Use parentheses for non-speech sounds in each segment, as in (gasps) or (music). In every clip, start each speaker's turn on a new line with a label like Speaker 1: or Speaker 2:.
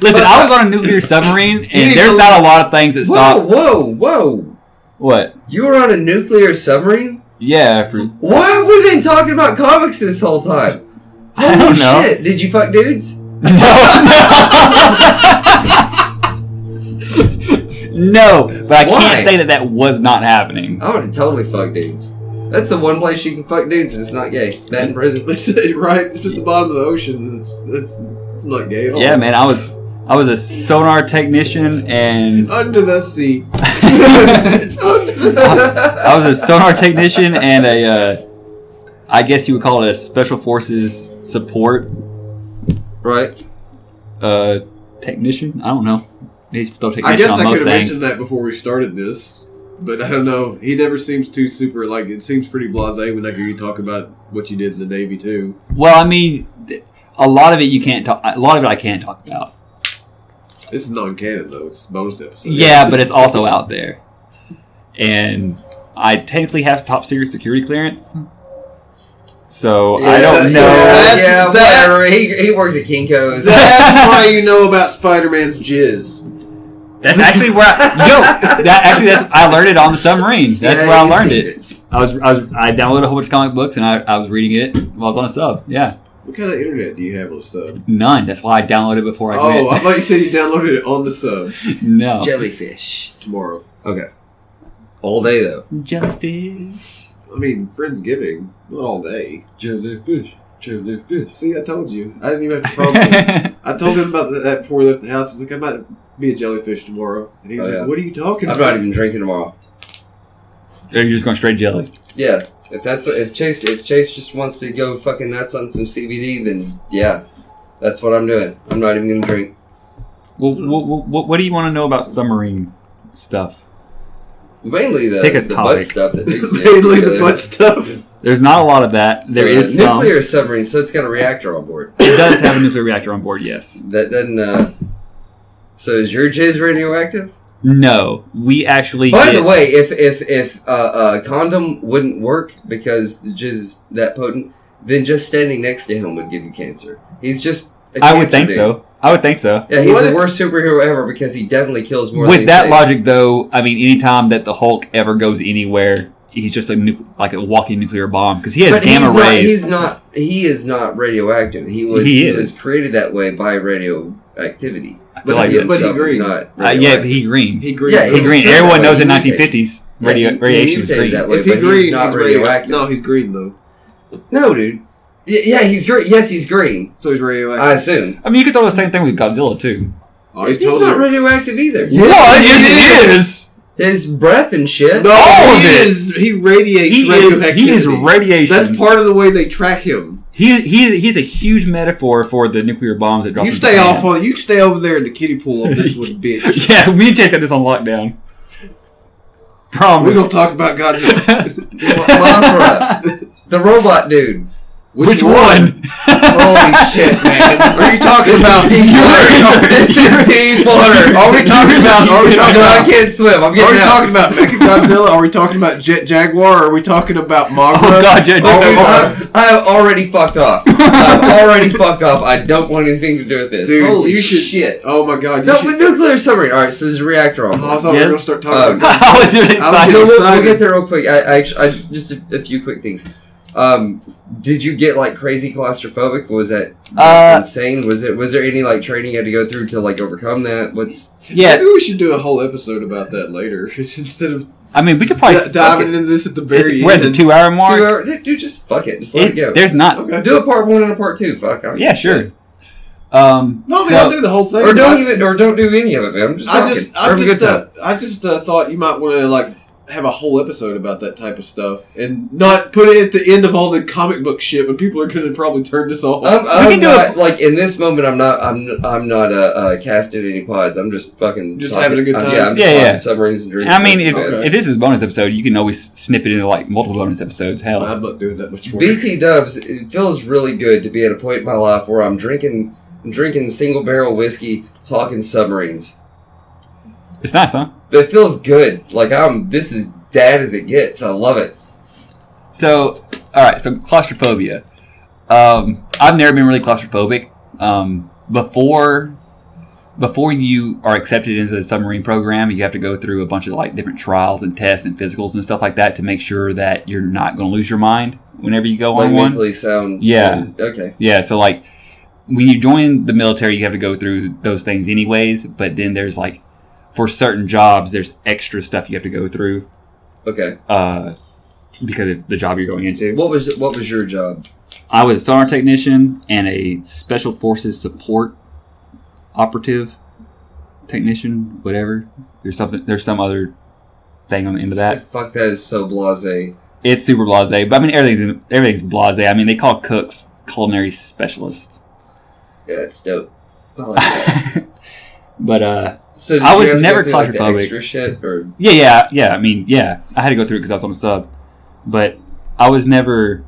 Speaker 1: Listen, I was on a nuclear submarine, and
Speaker 2: need
Speaker 1: there's
Speaker 2: to-
Speaker 1: not a lot of things that
Speaker 2: Whoa,
Speaker 1: stop.
Speaker 2: whoa, whoa!
Speaker 1: What?
Speaker 2: You were on a nuclear submarine.
Speaker 1: Yeah, for,
Speaker 2: Why have we been talking about comics this whole time?
Speaker 1: I
Speaker 2: Holy
Speaker 1: don't know.
Speaker 2: shit! Did you fuck dudes?
Speaker 1: no, but I
Speaker 2: Why?
Speaker 1: can't say that that was not happening.
Speaker 2: I would have totally fucked dudes. That's the one place you can fuck dudes and it's not gay. That in prison.
Speaker 3: They say, right? It's at the bottom of the ocean. It's it's it's not gay at all.
Speaker 1: Yeah, man, I was I was a sonar technician,
Speaker 3: (laughs)
Speaker 1: and
Speaker 3: Under the sea.
Speaker 1: I was a sonar technician and a, uh, I guess you would call it a special forces support
Speaker 2: right?
Speaker 1: uh, technician. I don't know. He's still technician
Speaker 3: I guess
Speaker 1: on
Speaker 3: I could
Speaker 1: most
Speaker 3: have
Speaker 1: things.
Speaker 3: mentioned that before we started this, but I don't know. He never seems too super like it seems pretty blasé when I hear you talk about what you did in the Navy too.
Speaker 1: Well, I mean, th- a lot of it you can't talk. A lot of it I can't talk about.
Speaker 3: This is non-canon though. It's a bonus episode.
Speaker 1: Yeah, but it's also out there, and I technically have top secret security clearance, so I
Speaker 3: Yeah,
Speaker 1: don't
Speaker 3: so
Speaker 1: know.
Speaker 3: that's-
Speaker 2: yeah,
Speaker 3: that-
Speaker 2: whatever. He, he worked at
Speaker 1: (laughs)
Speaker 2: Kinko's.
Speaker 3: (laughs) that's why you know about Spider-Man's jizz.
Speaker 1: That's actually where I, yo. That actually that's I learned it on the submarine. That's where I learned it. I was, I was I downloaded a whole bunch of comic books and I, I was reading it while I was on a sub. Yeah,
Speaker 3: What kind of internet do you have on the sub?
Speaker 1: none. That's why I downloaded it before I
Speaker 3: Oh, I
Speaker 1: quit.
Speaker 3: thought you said you downloaded it on the sub
Speaker 1: (laughs) no,
Speaker 2: Jellyfish.
Speaker 3: tomorrow.
Speaker 2: Okay. All day though.
Speaker 1: jellyfish.
Speaker 3: I mean, Friendsgiving, not all day.
Speaker 2: Jellyfish. Jellyfish.
Speaker 3: See, I told you. I
Speaker 1: (laughs)
Speaker 3: didn't even have to promise. I told him about that before we left the house. I was like, I might be a jellyfish tomorrow. And he was
Speaker 2: Oh,
Speaker 3: like,
Speaker 2: yeah.
Speaker 3: What are you talking
Speaker 2: I'm
Speaker 3: about? (laughs)
Speaker 2: not even drinking tomorrow.
Speaker 1: Or you're just going straight jelly.
Speaker 2: Yeah. If that's what, if Chase if Chase just wants to go fucking nuts on some CBD, then yeah, that's what I'm doing. I'm not even gonna drink.
Speaker 1: Well,
Speaker 2: Hmm.
Speaker 1: what, what, what do you want to know about submarine stuff?
Speaker 2: Mainly the,
Speaker 1: Pick a
Speaker 2: the
Speaker 1: topic.
Speaker 2: butt stuff
Speaker 1: (laughs)
Speaker 2: that makes me uh,
Speaker 3: Mainly the butt stuff.
Speaker 1: There's not a lot of that. There is some.
Speaker 2: nuclear submarine, so it's got a reactor on board.
Speaker 1: It does have a nuclear reactor on board. Yes.
Speaker 2: That doesn't. Uh, so is your jizz radioactive?
Speaker 1: No. We actually.
Speaker 2: By the
Speaker 1: get-
Speaker 2: way, if if if uh, uh, condom wouldn't work because the jizz is that potent, then just standing next to him would give you cancer. He's just. a
Speaker 1: I would
Speaker 2: cancer
Speaker 1: think
Speaker 2: dude.
Speaker 1: so. I would think so.
Speaker 2: Yeah, he's
Speaker 3: What
Speaker 2: the
Speaker 3: if-
Speaker 2: worst superhero ever because he definitely kills more. than
Speaker 1: With
Speaker 2: he
Speaker 1: that
Speaker 2: saves.
Speaker 1: logic, though, I mean, anytime that the Hulk ever goes anywhere, he's just a nu- like a walking nuclear bomb because he has
Speaker 2: but
Speaker 1: gamma
Speaker 2: he's Not,
Speaker 1: rays.
Speaker 2: he's not. He is not radioactive. He was.
Speaker 1: He
Speaker 2: He,
Speaker 1: is.
Speaker 2: was created that way by radioactivity.
Speaker 1: I feel
Speaker 3: But
Speaker 1: like
Speaker 3: he-
Speaker 2: he
Speaker 1: that's-
Speaker 3: but
Speaker 2: himself is
Speaker 3: green.
Speaker 2: not.
Speaker 1: Uh, yeah, but he green.
Speaker 3: He green.
Speaker 2: Yeah,
Speaker 1: He
Speaker 2: was
Speaker 1: green.
Speaker 2: still
Speaker 1: Everyone
Speaker 2: that way.
Speaker 1: knows in
Speaker 2: He mutated.
Speaker 1: 1950s
Speaker 2: Yeah,
Speaker 1: radio,
Speaker 2: he- he
Speaker 1: radiation was
Speaker 2: mutated
Speaker 1: green.
Speaker 2: that way.
Speaker 3: if he
Speaker 2: but he's
Speaker 3: green,
Speaker 2: not
Speaker 3: he's radioactive.
Speaker 2: radioactive.
Speaker 3: No, he's green though,
Speaker 2: no, dude. Y- yeah, he's green. Yes, he's green.
Speaker 3: so he's
Speaker 2: I
Speaker 3: radioactive.
Speaker 2: assume.
Speaker 1: I mean, you could throw the same thing with Godzilla too.
Speaker 3: oh,
Speaker 2: He's,
Speaker 3: he's, totally
Speaker 2: not radioactive either.
Speaker 3: (laughs) Yeah. What? Yes, it
Speaker 1: is.
Speaker 2: His breath and shit.
Speaker 3: No,
Speaker 1: All
Speaker 3: he
Speaker 1: of it.
Speaker 3: is. He radiates
Speaker 1: He is.
Speaker 3: radioactivity.
Speaker 1: He is radiation.
Speaker 3: That's part of the way they track him.
Speaker 1: He, he he's a huge metaphor for the nuclear bombs that drop.
Speaker 3: You
Speaker 1: in
Speaker 3: stay
Speaker 1: Japan.
Speaker 3: off on. You stay over there in the kiddie pool on this one,
Speaker 1: (laughs)
Speaker 3: bitch.
Speaker 1: Yeah, me and Chase got this on lockdown. Promise.
Speaker 3: We're gonna talk about Godzilla. (laughs)
Speaker 2: Mothra. the robot dude.
Speaker 1: Which, one? (laughs)
Speaker 2: Holy shit, man.
Speaker 3: (laughs) Are you talking
Speaker 2: This
Speaker 3: about?
Speaker 2: is deep water. (laughs) This is deep water.
Speaker 3: Are we talking about? Are we talking
Speaker 2: No, I
Speaker 3: about?
Speaker 2: can't swim. I'm
Speaker 3: Are
Speaker 2: getting
Speaker 3: we
Speaker 2: out.
Speaker 3: talking about Mechagodzilla? Are we talking about Jet Jaguar? Are we talking about Magra?
Speaker 1: Oh, God, Jet
Speaker 3: Are we-
Speaker 1: Jaguar.
Speaker 2: I'm, I'm already fucked off. (laughs) I'm already fucked off. I don't want anything to do with this.
Speaker 3: Dude,
Speaker 2: Holy
Speaker 3: you should-
Speaker 2: shit.
Speaker 3: Oh my God! You
Speaker 2: No,
Speaker 3: should,
Speaker 2: but nuclear submarine. All right, so there's a reactor on.
Speaker 3: Oh, I
Speaker 2: board.
Speaker 3: thought we
Speaker 1: Yes.
Speaker 3: were gonna start talking
Speaker 2: Uh,
Speaker 3: about
Speaker 1: I was even excited.
Speaker 2: No,
Speaker 3: I'm
Speaker 2: we'll, we'll
Speaker 3: excited.
Speaker 2: get there real quick. I, I, I just a, a few quick things. Um, did you get like crazy claustrophobic? Was that
Speaker 1: Uh,
Speaker 2: insane? Was it? Was there any like training you had to go through to like overcome that? What's
Speaker 1: Yeah,
Speaker 3: Maybe we should do a whole episode about that later (laughs) instead of
Speaker 1: I mean, we could probably.
Speaker 3: di- diving into this at the very
Speaker 1: it's-
Speaker 3: end.
Speaker 1: we're at the two-hour mark.
Speaker 2: two hour? Dude, just fuck it. Just let it,
Speaker 1: It-
Speaker 2: go.
Speaker 1: There's not.
Speaker 3: Okay.
Speaker 2: Do a part one and a part two. Fuck. I don't
Speaker 1: Yeah,
Speaker 2: give a shit.
Speaker 1: sure. Um,
Speaker 3: No, we
Speaker 1: so-
Speaker 3: don't do the whole thing.
Speaker 2: Or
Speaker 3: but
Speaker 2: don't even. Or don't do any of it, man. I'm just.
Speaker 3: I
Speaker 2: talking.
Speaker 3: just,
Speaker 2: We're
Speaker 3: I
Speaker 2: having a
Speaker 3: just,
Speaker 2: good time.
Speaker 3: uh, I just uh, thought you might want to like have a whole episode about that type of stuff and not put it at the end of all the comic book shit when people are going to probably turn this off.
Speaker 1: Um,
Speaker 2: I'm,
Speaker 1: can
Speaker 2: I'm
Speaker 1: do
Speaker 2: not like in this moment. I'm not. I'm. I'm not uh, uh, casting any pods. I'm just fucking.
Speaker 3: Just
Speaker 2: talking-
Speaker 3: having a good
Speaker 2: I'm-
Speaker 3: time.
Speaker 2: yeah, I'm just
Speaker 1: Yeah,
Speaker 2: talking
Speaker 1: yeah.
Speaker 2: submarines and drinking.
Speaker 1: I mean, if,
Speaker 2: That's about
Speaker 3: Okay.
Speaker 1: if this is a bonus episode, you can always snip it into like multiple bonus episodes. Hell,
Speaker 3: I'm not doing that much
Speaker 2: it.
Speaker 3: work.
Speaker 2: BT Dubs, it feels really good to be at a point in my life where I'm drinking, drinking single barrel whiskey, talking submarines.
Speaker 1: it's nice, huh?
Speaker 2: That feels good. Like I'm. This is dad as it gets. I love it.
Speaker 1: So, all right. So claustrophobia. Um, I've never been really claustrophobic. Um, before before you are accepted into the submarine program, you have to go through a bunch of like different trials and tests and physicals and stuff like that to make sure that you're not going to lose your mind whenever you go
Speaker 2: like
Speaker 1: on one.
Speaker 2: mentally sound.
Speaker 1: Yeah.
Speaker 2: and- okay.
Speaker 1: Yeah, so like when you join the military, you have to go through those things anyways. But then there's like for certain jobs, there's extra stuff you have to go through
Speaker 2: Okay.
Speaker 1: uh, because of the job you're going into.
Speaker 2: What was what was your job?
Speaker 1: I was a sonar technician and a special forces support operative technician, whatever. There's something. There's some other thing on the end of that.
Speaker 2: Fuck, that is so blasé.
Speaker 1: It's super blasé, but I mean everything's everything's blasé. I mean they call cooks culinary specialists, (laughs)
Speaker 2: Yeah, that's dope. I like that.
Speaker 1: but uh.
Speaker 2: So did
Speaker 1: I
Speaker 2: you
Speaker 1: was
Speaker 2: have to go
Speaker 1: never
Speaker 2: through, like, the
Speaker 1: claustrophobic.
Speaker 2: extra shit, or
Speaker 1: Yeah, yeah, yeah. I mean, yeah, I had to go through it because I was on the sub, but I was never,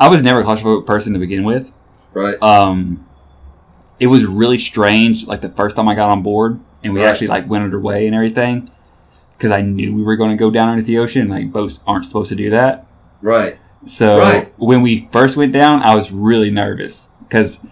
Speaker 1: I was never a claustrophobic person to begin with.
Speaker 2: right?
Speaker 1: Um, it was really strange, like the first time I got on board and we
Speaker 2: Right.
Speaker 1: actually like went underway and everything, because I knew we were going to go down into the ocean. Like boats aren't supposed to do that.
Speaker 2: Right.
Speaker 1: So
Speaker 2: Right.
Speaker 1: when we first went down, I was really nervous because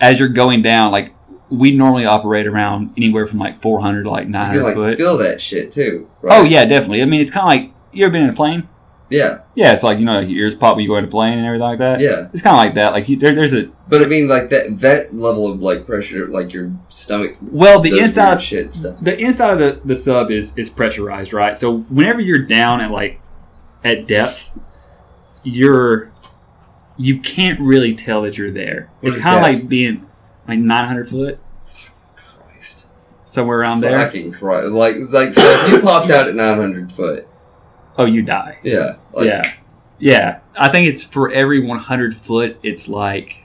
Speaker 1: as you're going down, like we normally operate around anywhere from like 400 to like
Speaker 2: You
Speaker 1: 900
Speaker 2: can like
Speaker 1: foot.
Speaker 2: feel that shit too. Right?
Speaker 1: Oh yeah, definitely. I mean, it's kind of like you ever been in a plane?
Speaker 2: Yeah.
Speaker 1: Oh, Yeah, it's like you know like your ears pop when you go in a plane and everything like that.
Speaker 2: Yeah.
Speaker 1: it's kind of like that. Like you, there, there's a
Speaker 2: But I mean, like that that level of like pressure, like your stomach,
Speaker 1: well the
Speaker 2: those
Speaker 1: inside
Speaker 2: weird shit stuff.
Speaker 1: the inside of the, the sub is is pressurized, right? So whenever you're down at like at depth, you're you can't really tell that you're there.
Speaker 2: What
Speaker 1: it's
Speaker 2: is
Speaker 1: kind of
Speaker 2: depth?
Speaker 1: like being like 900 foot
Speaker 2: Christ.
Speaker 1: somewhere around there.
Speaker 2: Fucking Christ. Like like so, if you popped out at nine hundred foot,
Speaker 1: Oh, you die.
Speaker 2: yeah, like,
Speaker 1: yeah, yeah. I think it's for every 100 foot, it's like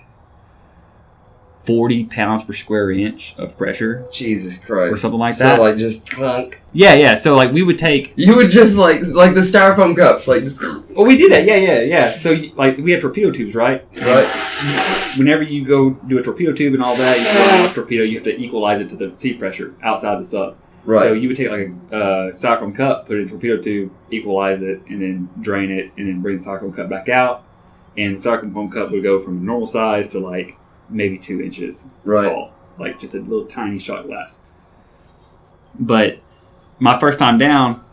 Speaker 1: 40 pounds per square inch of pressure
Speaker 2: Jesus Christ,
Speaker 1: or something like
Speaker 2: so
Speaker 1: that.
Speaker 2: like just clunk.
Speaker 1: yeah, yeah. So like we would take.
Speaker 2: You would just like like the styrofoam cups, like just
Speaker 1: Well, we did that. Yeah, yeah, yeah. So you- like we have torpedo tubes, right?
Speaker 2: right.
Speaker 1: Whenever you go do a torpedo tube and all that, you throw out a torpedo, you have to equalize it to the sea pressure outside the sub.
Speaker 2: Right.
Speaker 1: So you would take like a uh, styrofoam cup, put it in a torpedo tube, equalize it, and then drain it, and then bring the styrofoam cup back out. And the styrofoam cup would go from normal size to like maybe two inches
Speaker 2: right.
Speaker 1: tall, like just a little tiny shot glass. But my first time down,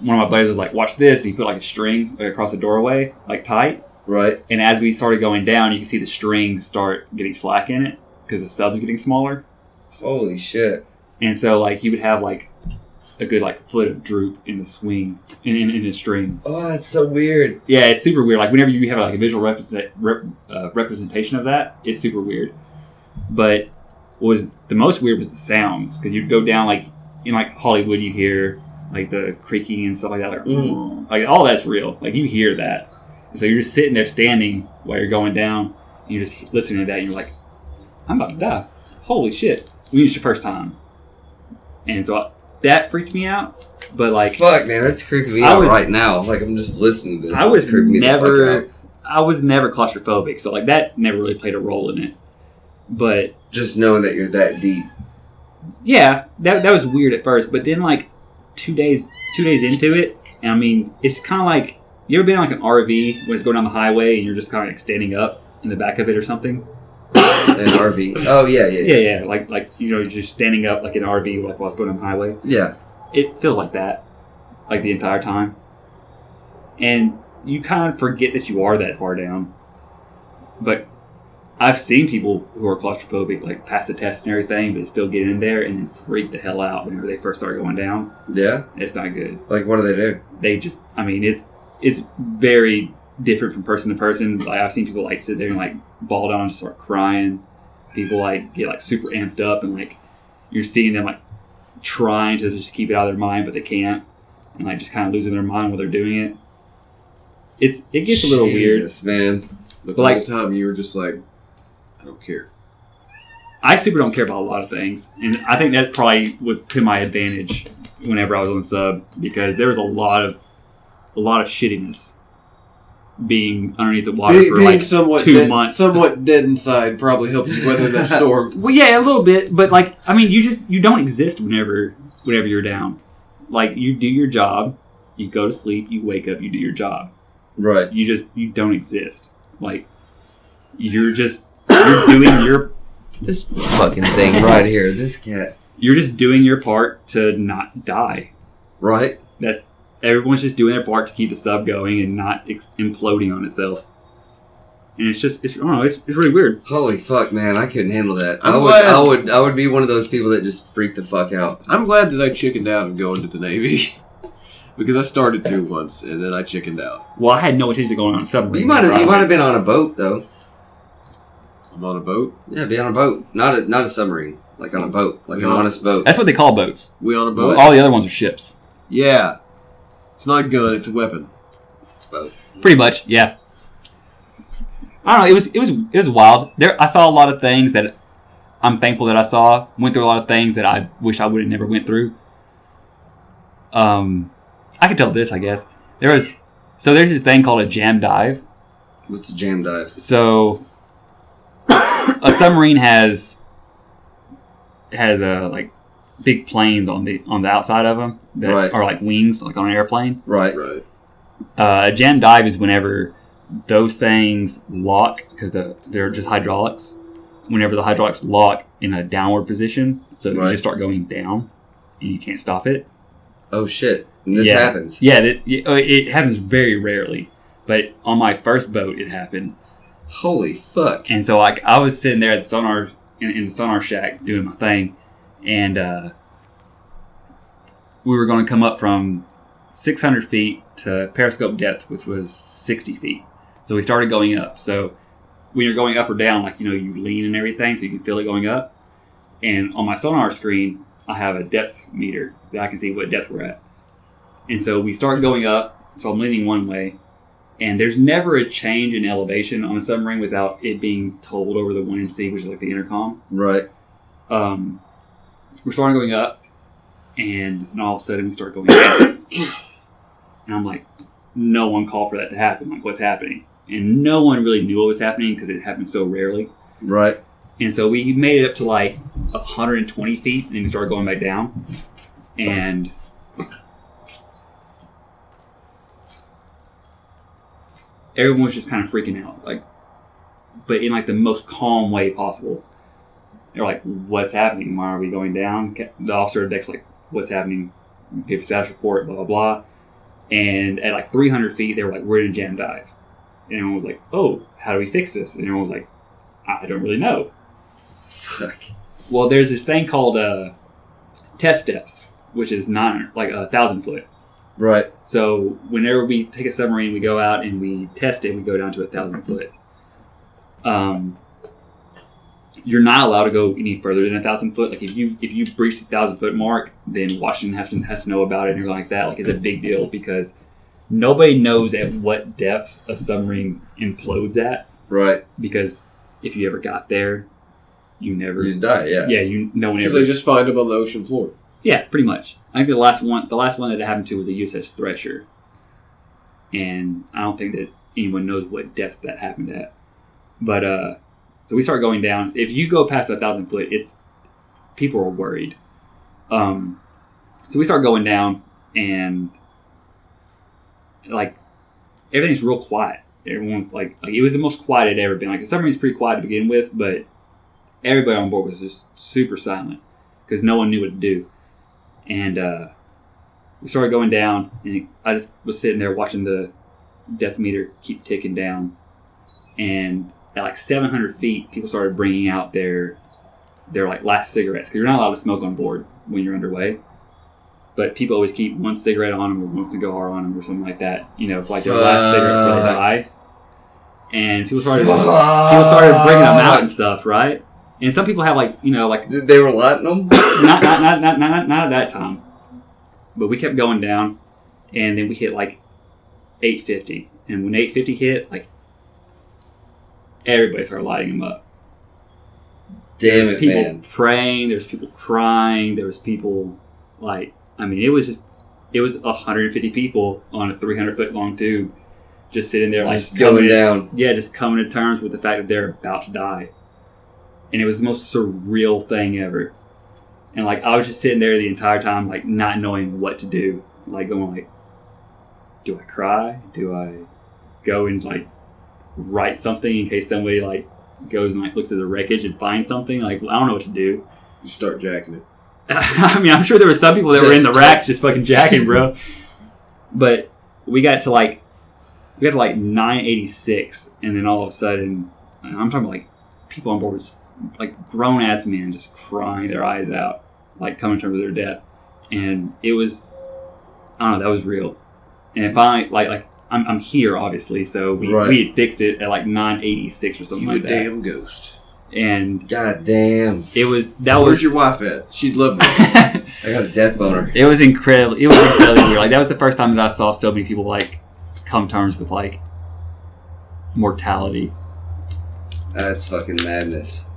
Speaker 1: one of my buddies was like, "Watch this," and he put like a string like, across the doorway, like tight.
Speaker 2: Right.
Speaker 1: And as we started going down, you can see the string start getting slack in it because the sub's getting smaller.
Speaker 2: Holy shit.
Speaker 1: And so like he would have like a good like foot of droop in the swing in, in, in the string.
Speaker 2: Oh, that's so weird.
Speaker 1: Yeah, it's super weird. Like whenever you have like a visual represent, rep, uh, representation of that, it's super weird. But what was the most weird was the sounds because you'd go down like in like Hollywood, you hear like the creaking and stuff like that, like,
Speaker 2: Mm.
Speaker 1: like all that's real. Like you hear that, and so you're just sitting there standing while you're going down. And you're just listening to that, and you're like, "I'm about to die! Holy shit!" We used your first time, and so I, that freaked me out. But like,
Speaker 2: Fuck, man, that's creeping me
Speaker 1: I
Speaker 2: out
Speaker 1: was-
Speaker 2: right now. Like I'm just listening to this.
Speaker 1: I
Speaker 2: It's
Speaker 1: was
Speaker 2: creeping me the fuck out.
Speaker 1: never, I was never claustrophobic, so like that never really played a role in it. But
Speaker 2: just knowing that you're that deep.
Speaker 1: yeah, that that was weird at first, but then like two days, two days into it, and I mean, it's kind of like you ever been in, like an RV when it's going down the highway and you're just kind of like standing up in the back of it or something.
Speaker 2: An
Speaker 1: (coughs)
Speaker 2: RV. Oh yeah, yeah,
Speaker 1: Yeah,
Speaker 2: yeah.
Speaker 1: yeah, like like you know, you're just standing up like in an RV like while it's going down the highway.
Speaker 2: Yeah.
Speaker 1: it feels like that like the entire time and you kind of forget that you are that far down but i've seen people who are claustrophobic like pass the test and everything but still get in there and then freak the hell out whenever they first start going down
Speaker 2: Yeah?
Speaker 1: it's not good
Speaker 2: Like what do they do?
Speaker 1: they just i mean it's it's very different from person to person like i've seen people like sit there and like ball down and just start crying people like get like super amped up and like you're seeing them like trying to just keep it out of their mind but they can't and like just kind of losing their mind while they're doing it it's it gets a little weird
Speaker 2: Jesus, man.
Speaker 3: The
Speaker 1: Like-
Speaker 3: whole time you were just like, I don't care.
Speaker 1: i super don't care about a lot of things and i think that probably was to my advantage whenever i was on sub because there was a lot of a lot of shittiness being underneath the water
Speaker 3: Being,
Speaker 1: for
Speaker 3: being
Speaker 1: like
Speaker 3: somewhat
Speaker 1: two
Speaker 3: dead,
Speaker 1: months.
Speaker 3: somewhat dead inside probably helped you weather
Speaker 1: (laughs)
Speaker 3: that storm.
Speaker 1: Well, yeah, a little bit, but like, I mean, you just you don't exist whenever whenever you're down. Like, you do your job, you go to sleep, you wake up, you do your job.
Speaker 2: Right.
Speaker 1: You just you don't exist. Like, you're just you're doing your
Speaker 2: This fucking thing right here. This cat.
Speaker 1: You're just doing your part to not die.
Speaker 2: Right?
Speaker 1: That's everyone's just doing their part to keep the sub going and not ex- imploding on itself. And it's just it's I don't know, it's, it's really weird.
Speaker 2: Holy fuck, man! I couldn't handle that. i
Speaker 3: I'm
Speaker 2: would.
Speaker 3: glad-
Speaker 2: I would. I would be one of those people that just freak the fuck out.
Speaker 3: I'm glad that I chickened out of going to the Navy (laughs) because I started to once and then I chickened out.
Speaker 1: Well, I had no intention of going on a submarine.
Speaker 2: You might have. You might have been on a boat though.
Speaker 3: I'm on a boat.
Speaker 2: Yeah, be on a boat. Not a. Not a submarine. Like on a boat. Like an
Speaker 3: Yeah.
Speaker 2: honest boat.
Speaker 1: That's what they call boats.
Speaker 3: We on a boat?
Speaker 1: All the other ones are ships.
Speaker 3: Yeah. It's not a gun, it's a weapon.
Speaker 2: That's a boat.
Speaker 1: Pretty much, yeah. I don't know. It was it was it was wild. There, I saw a lot of things that I'm thankful that I saw. Went through a lot of things that I wish I would have never went through. Um, I could tell this, I guess. There was so there's this thing called a jam dive.
Speaker 2: What's a jam dive?
Speaker 1: So a submarine has has a like big planes on the on the outside of them that
Speaker 2: Right.
Speaker 1: are like wings, like on an airplane.
Speaker 2: Right.
Speaker 3: Right.
Speaker 1: Uh, a jam dive is whenever those things lock because the, they're just hydraulics. Whenever the hydraulics lock in a downward position, so you
Speaker 2: Right.
Speaker 1: just start going down and you can't stop it.
Speaker 2: Oh shit! And this
Speaker 1: Yeah.
Speaker 2: happens.
Speaker 1: Yeah, that, it, it happens very rarely. But on my first boat, it happened.
Speaker 2: Holy fuck!
Speaker 1: And so like I was sitting there at the sonar in, in the sonar shack doing my thing, and uh, we were going to come up from 600 feet to periscope depth, which was 60 feet. So we started going up. So when you're going up or down, like you know, you lean and everything, so you can feel it going up. And on my sonar screen, I have a depth meter that I can see what depth we're at. And so we start going up. So I'm leaning one way, and there's never a change in elevation on a submarine without it being told over the 1MC, which is like the intercom.
Speaker 2: Right.
Speaker 1: Um, we're starting going up, and then all of a sudden we start going down. (coughs) and I'm like, no one called for that to happen. Like, what's happening? And no one really knew what was happening because it happened so rarely.
Speaker 2: Right.
Speaker 1: And so we made it up to like 120 feet, and then we started going back down. And everyone was just kind of freaking out, like, but in like the most calm way possible. They're like, "What's happening? Why are we going down?" Ca- The officer of deck's like, "What's happening? Give a status report." Blah blah blah. And at like 300 feet, they were like, "We're in a jam dive," and everyone was like, "Oh, how do we fix this?" And everyone was like, "I don't really know."
Speaker 2: Fuck.
Speaker 1: Well, there's this thing called uh, test depth, which is nine, like a thousand foot.
Speaker 2: Right.
Speaker 1: So whenever we take a submarine, we go out and we test it. We go down to a thousand foot. Um, you're not allowed to go any further than a thousand foot. Like if you if you breach the thousand foot mark, then Washington has to, has to know about it and everything like that. Like it's a big deal because nobody knows at what depth a submarine implodes at.
Speaker 2: Right.
Speaker 1: Because if you ever got there, you never.
Speaker 2: You die. Yeah.
Speaker 1: yeah, you no one
Speaker 3: Because
Speaker 1: ever.
Speaker 3: they just find them on the ocean floor.
Speaker 1: Yeah, pretty much. I think the last one, the last one that it happened to was a USS Thresher, and I don't think that anyone knows what depth that happened at. But uh, so we start going down. If you go past a thousand foot, it's people are worried. Um, so we start going down, and like everything's real quiet. Everyone's like, like it was the most quiet it would ever been. Like the submarine's pretty quiet to begin with, but everybody on board was just super silent because no one knew what to do. And uh, we started going down, and I just was sitting there watching the death meter keep ticking down. And at like 700 feet, people started bringing out their their like last cigarettes because you're not allowed to smoke on board when you're underway. But people always keep one cigarette on them or one cigar on them or something like that, you know, for like their last cigarette before they
Speaker 2: Fuck.
Speaker 1: die. And people started people started bringing them out and stuff, right? And some people have like you know like (coughs)
Speaker 2: Th- They were lighting them.
Speaker 1: not not not not not, not at that time, but we kept going down, and then we hit like eight fifty, and when eight fifty hit, like everybody started lighting them up.
Speaker 2: (coughs) Damn
Speaker 1: There's
Speaker 2: it,
Speaker 1: people
Speaker 2: man.
Speaker 1: praying. There's people crying. There was people like I mean it was just it was 150 people on a 300 foot long tube, just sitting there like
Speaker 2: Just
Speaker 1: coming in-
Speaker 2: going down.
Speaker 1: yeah, just coming to terms with the fact that they're about to die. And it was the most surreal thing ever. And like I was just sitting there the entire time, like not knowing what to do. Like going like Do I cry? Do I go and like write something in case somebody like goes and like looks at the wreckage and finds something, like I don't know what to do.
Speaker 3: You start jacking it.
Speaker 1: (laughs) I mean, I'm sure there were some people that were in the
Speaker 2: Just-
Speaker 1: racks just fucking jacking,
Speaker 2: (laughs)
Speaker 1: bro. But we got to like we got to like 986, and then all of a sudden, and I'm talking about like people on board was like grown ass men just crying their eyes out, like coming to terms with their death, and it was I don't know that was real. And finally, like like I'm, I'm here obviously, so we,
Speaker 2: Right.
Speaker 1: we had fixed it at like 986 or something
Speaker 3: you
Speaker 1: like
Speaker 3: a
Speaker 1: that,
Speaker 3: damn ghost.
Speaker 1: and
Speaker 2: God damn.
Speaker 1: it was that
Speaker 3: Where's
Speaker 1: was (laughs)
Speaker 3: your wife at? She'd love me.
Speaker 2: I got a death boner.
Speaker 1: It was incredible. It was incredibly weird. Like that was the first time that I saw so many people like come terms with like mortality.
Speaker 2: That's fucking madness.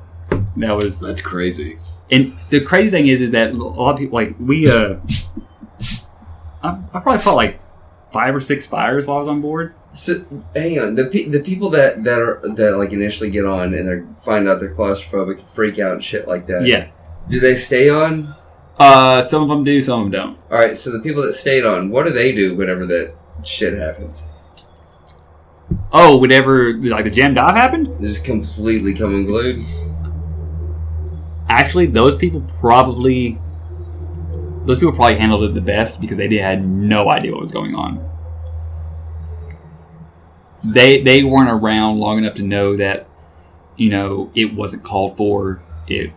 Speaker 1: That was,
Speaker 3: That's crazy.
Speaker 1: and the crazy thing is, is that a lot of people like we. uh I, I probably fought like five or six fires while I was on board.
Speaker 2: So, hang on. The pe- the people that that are that like initially get on and they find out they're claustrophobic, freak out and shit like that.
Speaker 1: Yeah.
Speaker 2: Do they stay on?
Speaker 1: Uh, some of them do, some of them
Speaker 2: All right. So the people that stayed on, what do they do whenever that shit happens?
Speaker 1: don't. Oh, whatever. Like the jam dive happened.
Speaker 2: They just completely come unglued.
Speaker 1: actually those people probably those people probably handled it the best because they did- had no idea what was going on they they weren't around long enough to know that you know it wasn't called for it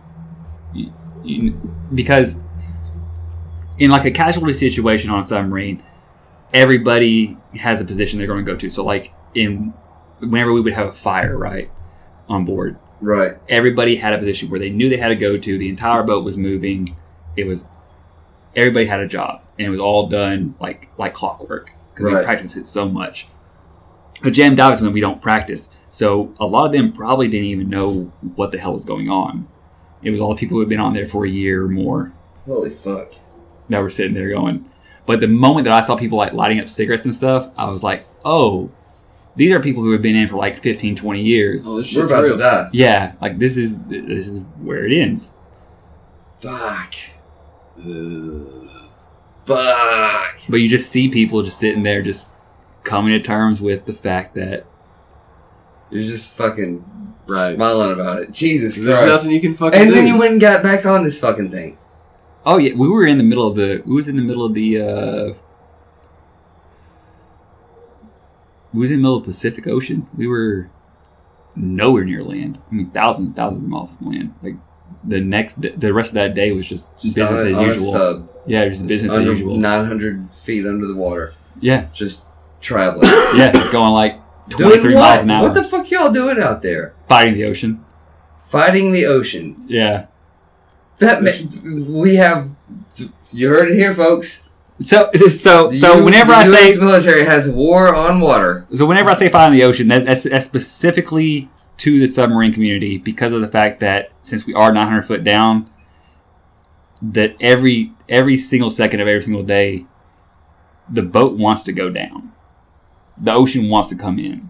Speaker 1: you- you- because in like a casualty situation on a submarine everybody has a position they're going to go to so like in whenever we would have a fire right on board
Speaker 2: Right.
Speaker 1: everybody had a position where they knew they had to go to. The entire boat was moving. It was everybody had a job, and it was all done like like clockwork because we
Speaker 2: Right.
Speaker 1: practiced it so much. A jam dive is something we don't practice, so a lot of them probably didn't even know what the hell was going on. It was all the people who had been on there for a year or more
Speaker 2: Holy fuck.
Speaker 1: that were sitting there going. But the moment that I saw people like lighting up cigarettes and stuff, I was like, oh, these are people who have been in for like 15, 20 years.
Speaker 3: Oh, this shit's
Speaker 2: We're about
Speaker 3: real.
Speaker 2: to die.
Speaker 1: Yeah, like this is this is where it ends.
Speaker 2: Fuck.
Speaker 3: Ugh.
Speaker 2: Fuck.
Speaker 1: But you just see people just sitting there, just coming to terms with the fact that
Speaker 2: You're just fucking
Speaker 3: Right.
Speaker 2: smiling about it. Jesus
Speaker 3: There's
Speaker 2: Christ.
Speaker 3: nothing you can fucking
Speaker 2: and
Speaker 3: do.
Speaker 2: then you went and got back on this fucking thing.
Speaker 1: oh yeah, we were in the middle of the we was in the middle of the uh, we was in the middle of the Pacific Ocean. We were nowhere near land. I mean, thousands, and thousands of miles from land. Like the next, the rest of that day was just
Speaker 2: Just
Speaker 1: business
Speaker 2: on,
Speaker 1: as
Speaker 2: on
Speaker 1: usual.
Speaker 2: a sub.
Speaker 1: yeah, it was just business as
Speaker 2: under
Speaker 1: usual.
Speaker 2: 900 feet under the water.
Speaker 1: yeah,
Speaker 2: Just
Speaker 1: (coughs)
Speaker 2: traveling.
Speaker 1: yeah, just going like twenty
Speaker 2: Doing
Speaker 1: three
Speaker 2: what?
Speaker 1: miles an hour,
Speaker 2: What the fuck y'all doing out there?
Speaker 1: fighting the ocean.
Speaker 2: Fighting the ocean.
Speaker 1: Yeah.
Speaker 2: That ma- we have. You heard it here, folks.
Speaker 1: So, so,
Speaker 2: The
Speaker 1: so
Speaker 2: U-
Speaker 1: whenever
Speaker 2: the
Speaker 1: I
Speaker 2: US
Speaker 1: say
Speaker 2: military has war on water.
Speaker 1: So whenever I say fight in the ocean, that, that's, that's specifically to the submarine community because of the fact that since we are 900 foot down, that every every single second of every single day, the boat wants to go down, the ocean wants to come in,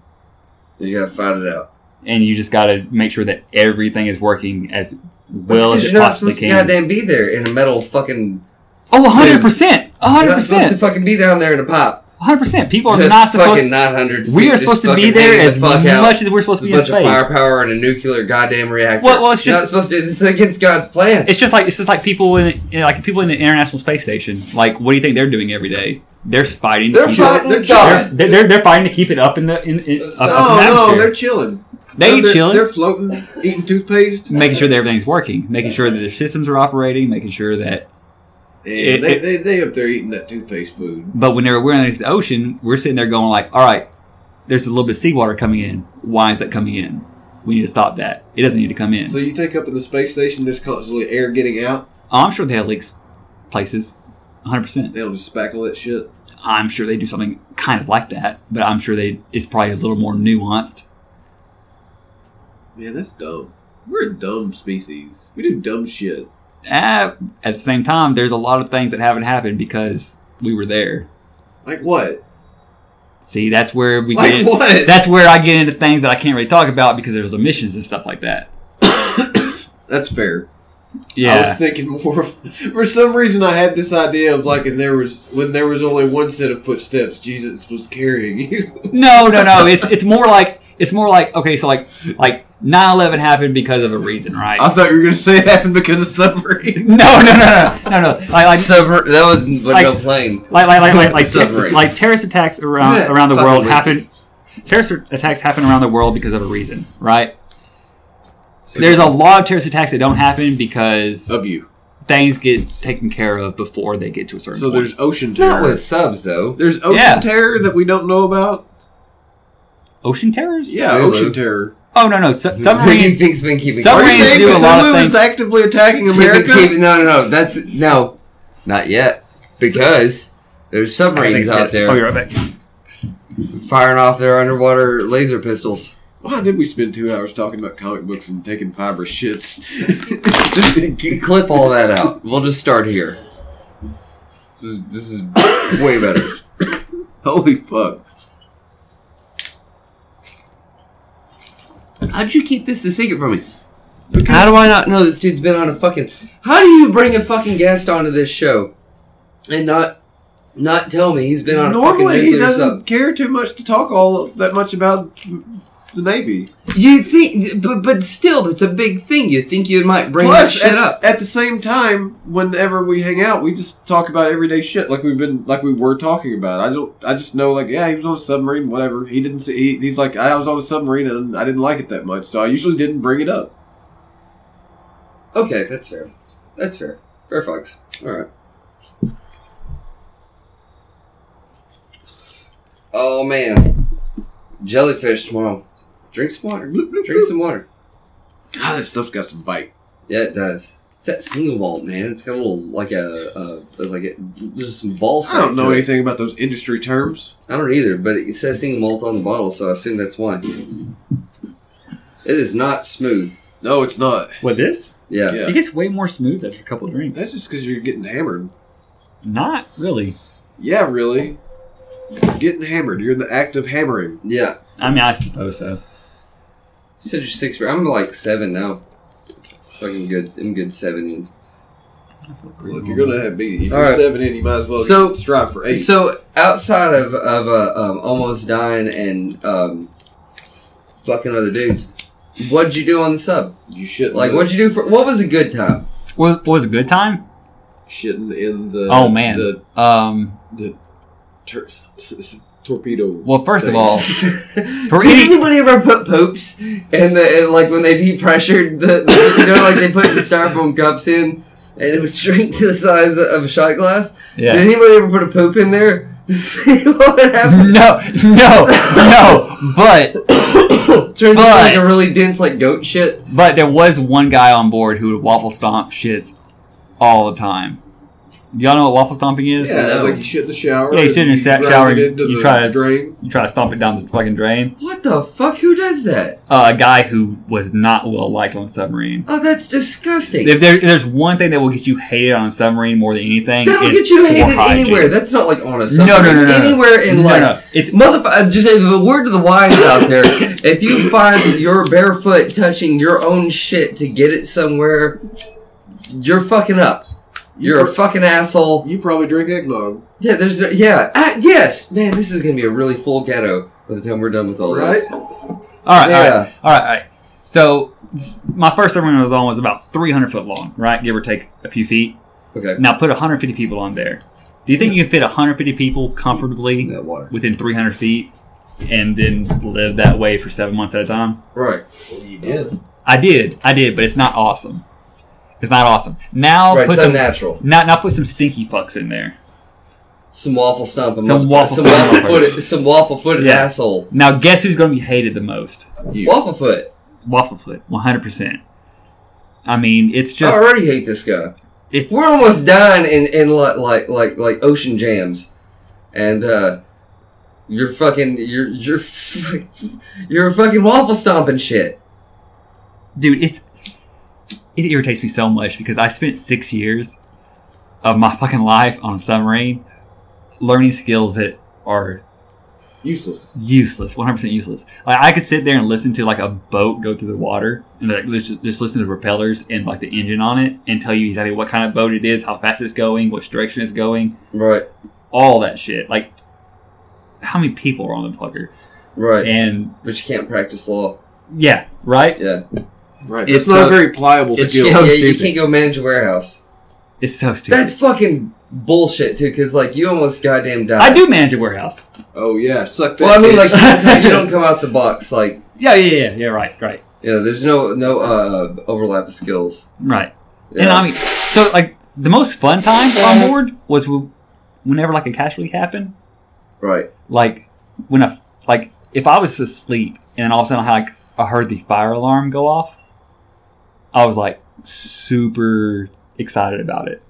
Speaker 2: You gotta fight it out.
Speaker 1: and you just got to make sure that everything is working as well
Speaker 2: Because
Speaker 1: as it
Speaker 2: you're not
Speaker 1: possibly
Speaker 2: supposed to
Speaker 1: can.
Speaker 2: goddamn be there in a metal fucking.
Speaker 1: Oh, 100 percent,
Speaker 2: You're
Speaker 1: 100
Speaker 2: not supposed to
Speaker 1: percent,
Speaker 2: fucking be down there in a pop.
Speaker 1: 100 percent. People are
Speaker 2: Just
Speaker 1: not supposed.
Speaker 2: fucking 900 feet.
Speaker 1: we are
Speaker 2: just
Speaker 1: supposed to be
Speaker 2: fucking
Speaker 1: there
Speaker 2: hanging
Speaker 1: as
Speaker 2: the fuck
Speaker 1: much
Speaker 2: out.
Speaker 1: as we're supposed to
Speaker 2: with
Speaker 1: be
Speaker 2: a
Speaker 1: in
Speaker 2: bunch of
Speaker 1: space.
Speaker 2: firepower and a nuclear goddamn reactor.
Speaker 1: Well- well, it's
Speaker 2: You're
Speaker 1: just-
Speaker 2: not supposed to. This is against God's plan.
Speaker 1: It's just like it's just like people in you know, like people in the International Space Station. Like, what do you think they're doing every day? They're fighting. to
Speaker 2: They're
Speaker 1: keep-
Speaker 2: fighting
Speaker 3: they're
Speaker 2: God.
Speaker 1: They're, they're, they're, they're fighting to keep it up in the in, in up, up in the
Speaker 3: no, no, they're
Speaker 1: atmosphere.
Speaker 3: chilling.
Speaker 1: they ain't
Speaker 3: they're,
Speaker 1: chilling,
Speaker 3: They're floating, eating toothpaste.
Speaker 1: making sure that everything's working, making sure that their systems are operating, making sure that.
Speaker 3: Yeah, they, they, they up there eating that toothpaste food.
Speaker 1: But whenever we're in the ocean, we're sitting there going like, "All right, there's a little bit of seawater coming in. Why is that coming in? We need to stop that. It doesn't need to come in.
Speaker 3: So you think up in the space station, there's constantly air getting out?
Speaker 1: I'm sure they have leaks places, 100. percent
Speaker 3: They don't just spackle that shit.
Speaker 1: I'm sure they do something kind of like that, but I'm sure they it's probably a little more nuanced.
Speaker 3: Man, that's dumb. We're a dumb species. We do dumb shit.
Speaker 1: Ah, at the same time, there's a lot of things that haven't happened because we were there.
Speaker 3: Like what?
Speaker 1: See, that's where we
Speaker 3: Like
Speaker 1: get. in-
Speaker 3: what?
Speaker 1: That's where I get into things that I can't really talk about because there's omissions and stuff like that.
Speaker 3: That's fair. I was
Speaker 1: Yeah,
Speaker 3: thinking more. Of, (laughs) for some reason, I had this idea of like, and there was when there was only one set of footsteps, Jesus was carrying you. (laughs)
Speaker 1: no, no, no. It's it's more like It's more like okay, so like like 9/11 happened because of a reason, right?
Speaker 3: I thought you were going to say it happened because of submarine.
Speaker 1: no, no, no, no, no, no. Like like
Speaker 2: Submer- that was with
Speaker 1: Like-
Speaker 2: no plane.
Speaker 1: like like like like, like, ter-
Speaker 2: Submarine.
Speaker 1: like terrorist attacks around
Speaker 2: Yeah,
Speaker 1: around the
Speaker 2: fucking
Speaker 1: world
Speaker 2: wasted.
Speaker 1: happen. Terrorist attacks happen around the world because of a reason, right? There's a lot of terrorist attacks that don't happen because
Speaker 3: Of you.
Speaker 1: things get taken care of before they get to a certain.
Speaker 3: So
Speaker 1: point.
Speaker 3: there's ocean terror.
Speaker 2: Not with subs though.
Speaker 3: There's ocean
Speaker 1: Yeah.
Speaker 3: terror that we don't know about.
Speaker 1: ocean terrors.
Speaker 3: Yeah,
Speaker 2: Really?
Speaker 3: ocean terror.
Speaker 1: Oh no no su-
Speaker 2: What (laughs) do you
Speaker 1: submarines.
Speaker 2: think's been keeping
Speaker 3: Are you
Speaker 1: Submarines
Speaker 3: saying
Speaker 1: do a lot of
Speaker 3: Cthulhu is
Speaker 1: things.
Speaker 3: actively attacking
Speaker 2: Keep it-
Speaker 3: America?
Speaker 2: keep it- no, no, no. That's no, not yet because there's submarines out
Speaker 1: Yes. I'll be
Speaker 2: there
Speaker 1: right back.
Speaker 2: firing off their underwater laser pistols.
Speaker 3: Why did we spend two hours talking about comic books and taking fiber shits? Just in
Speaker 2: C-
Speaker 3: case.
Speaker 2: Clip all that out. We'll just start here. This is this is way better.
Speaker 3: Holy fuck.
Speaker 2: How'd you keep this a secret from me? How do I not know this dude's been on a fucking? How do you bring a fucking guest onto this show and not not tell me he's been on? A
Speaker 3: Normally,
Speaker 2: fucking
Speaker 3: he
Speaker 2: nuclear sub?
Speaker 3: doesn't care too much to talk all that much about the Navy.
Speaker 2: You think, but but still, that's a big thing. You think you might bring that
Speaker 3: Plus,
Speaker 2: shit
Speaker 3: at,
Speaker 2: up?
Speaker 3: at the same time, whenever we hang out, we just talk about everyday shit like we've been like we were talking about. I don't. I just know like yeah, he was on a submarine. Whatever. He didn't see. He, he's like I was on a submarine and I didn't like it that much, so I usually didn't bring it up.
Speaker 2: Okay, that's fair. That's fair. Fair fucks. All right. Oh man, jellyfish tomorrow. Drink some water. Drink some water.
Speaker 3: God, that stuff's got some bite.
Speaker 2: Yeah, it does. It's that single malt, man. It's got a little like a, a like a there's some balsa.
Speaker 3: I don't know
Speaker 2: to it.
Speaker 3: anything about those industry terms.
Speaker 2: I don't either, but it says single malt on the bottle, so I assume that's why. It is not smooth.
Speaker 3: No, it's not.
Speaker 1: With this,
Speaker 2: Yeah.
Speaker 3: Yeah.
Speaker 1: it gets way more smooth after a couple of drinks.
Speaker 3: That's just because you're getting hammered.
Speaker 1: Not really.
Speaker 3: Yeah, really. Getting hammered. You're in the act of hammering.
Speaker 2: yeah.
Speaker 1: I mean, I suppose so.
Speaker 2: Said you're six. but I'm like seven now. Fucking good. I'm good seven in.
Speaker 3: Well, if you're gonna have be, if you're
Speaker 2: All right.
Speaker 3: seven in, you might as well
Speaker 2: So-
Speaker 3: strive for eight.
Speaker 2: So outside of of uh, um, almost dying and um, fucking other dudes, what'd you do on the sub?
Speaker 3: you shouldn't
Speaker 2: Like, what'd you do for? What was a good time?
Speaker 1: What, what was a good time?
Speaker 3: shitting in the
Speaker 1: oh man.
Speaker 3: the
Speaker 1: um.
Speaker 3: tur- (laughs) torpedo.
Speaker 1: Well, first of
Speaker 2: (laughs)
Speaker 3: Thanks.
Speaker 1: all, (laughs) for
Speaker 2: Did
Speaker 1: any
Speaker 2: anybody ever put popes in the in, like when they depressured the, the you know like they put the styrofoam cups in and it would shrink to the size of a shot glass?
Speaker 1: yeah.
Speaker 2: Did anybody ever put a poop in there to (laughs) see what happened?
Speaker 1: No, no, no. But
Speaker 2: Turned into like a
Speaker 1: But-
Speaker 2: really dense like goat shit.
Speaker 1: but there was one guy on board who would waffle stomp shits all the time. Do y'all know what waffle stomping is?
Speaker 3: yeah,
Speaker 2: no.
Speaker 3: like you shit in the shower.
Speaker 1: Yeah, you sit in
Speaker 3: and
Speaker 1: the sa-
Speaker 3: grind
Speaker 1: shower,
Speaker 3: it into
Speaker 1: you
Speaker 3: the
Speaker 1: try to-
Speaker 3: drain.
Speaker 1: You try to stomp it down the fucking drain.
Speaker 2: What the fuck? Who does that?
Speaker 1: Uh, a guy who was not well liked on the submarine.
Speaker 2: Oh, that's disgusting.
Speaker 1: If there, there's one thing that will get you hated on a submarine more than anything,
Speaker 2: That'll
Speaker 1: it's
Speaker 2: get you
Speaker 1: poor
Speaker 2: hated
Speaker 1: hygiene.
Speaker 2: anywhere. That's not like on
Speaker 1: No,
Speaker 2: a
Speaker 1: no,
Speaker 2: submarine.
Speaker 1: no, no, no.
Speaker 2: Anywhere in
Speaker 1: No,
Speaker 2: like
Speaker 1: no. It's
Speaker 2: Motherfucker, just a word to the wise out there. (laughs) If you find your barefoot touching your own shit to get it somewhere, you're fucking up. You're a fucking asshole.
Speaker 3: You probably drink eggnog,
Speaker 2: Yeah, there's no, yeah, ah, yes, man. This is gonna be a really full ghetto by the time we're done with all
Speaker 3: right?
Speaker 2: this.
Speaker 1: All right, all
Speaker 2: Yeah.
Speaker 1: right, all right, all right. So s- my first submarine I was on was about 300 foot long, right? Give or take a few feet.
Speaker 2: Okay,
Speaker 1: Now put 150 people on there. Do you think you can fit 150 people comfortably
Speaker 2: that water.
Speaker 1: within 300 feet and then live that way for seven months at a time?
Speaker 2: Right,
Speaker 3: Well, you did.
Speaker 1: I did, I did, but it's not awesome. It's not awesome. Now
Speaker 2: right.
Speaker 1: put
Speaker 2: It's
Speaker 1: some
Speaker 2: unnatural.
Speaker 1: now, now put some stinky fucks in there.
Speaker 2: Some waffle stomping.
Speaker 1: Some
Speaker 2: motherfucker.
Speaker 1: waffle
Speaker 2: Some waffle
Speaker 1: stomping.
Speaker 2: footed. Some waffle footed
Speaker 1: Yeah.
Speaker 2: asshole.
Speaker 1: Now guess who's going to be hated the most?
Speaker 3: You.
Speaker 2: Waffle foot.
Speaker 1: Wafflefoot, 100%. I mean, it's
Speaker 2: I
Speaker 1: just
Speaker 2: already hate this guy.
Speaker 1: it's
Speaker 2: We're almost dying in, in like, like like like ocean jams, and uh, you're fucking you're you're fuck- you're fucking waffle stomping shit.
Speaker 1: dude it's it irritates me so much because i spent six years of my fucking life on a submarine learning skills that are
Speaker 3: Useless.
Speaker 1: useless 100% useless like i could sit there and listen to like a boat go through the water and like lis- just, listen to the propellers and like the engine on it and tell you exactly what kind of boat it is how fast it's going which direction it's going
Speaker 2: Right.
Speaker 1: all that shit like how many people are on the fucker
Speaker 2: Right.
Speaker 1: and
Speaker 2: but you can't practice law.
Speaker 1: yeah, right.
Speaker 2: Yeah.
Speaker 3: Right.
Speaker 4: It's
Speaker 3: It's not
Speaker 4: so-
Speaker 3: a very pliable
Speaker 2: It's,
Speaker 3: skill.
Speaker 2: yeah,
Speaker 1: so
Speaker 2: yeah, you
Speaker 1: stupid.
Speaker 2: can't go manage a warehouse.
Speaker 1: It's so stupid.
Speaker 2: That's fucking bullshit too, because like you almost goddamn died.
Speaker 1: I do manage a warehouse.
Speaker 3: Oh yeah, suck that.
Speaker 2: Well, I mean,
Speaker 3: bitch.
Speaker 2: like you don't come-
Speaker 1: (laughs)
Speaker 2: you don't come out the box like
Speaker 1: Yeah, yeah, yeah, yeah. Right, right,
Speaker 2: Yeah, there's no no uh, overlap of skills.
Speaker 1: right.
Speaker 2: Yeah.
Speaker 1: And I mean, so like the most fun times on board was w- whenever like a cash leak happened.
Speaker 2: right.
Speaker 1: Like when I like if I was asleep and all of a sudden I like I heard the fire alarm go off, I was like super excited about it.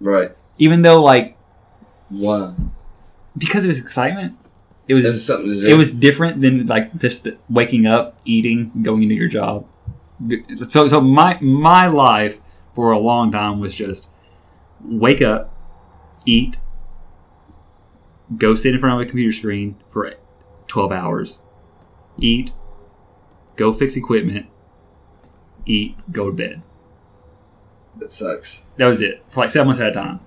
Speaker 2: Right.
Speaker 1: Even though like
Speaker 2: Wow.
Speaker 1: because of his excitement, it was
Speaker 2: There's something to do.
Speaker 1: it was different than like just waking up, eating, going into your job. So so my my life for a long time was just wake up, eat, go sit in front of a computer screen for 12 hours, eat, go fix equipment, eat, go to bed.
Speaker 2: That sucks.
Speaker 1: That was it for like seven months at a time.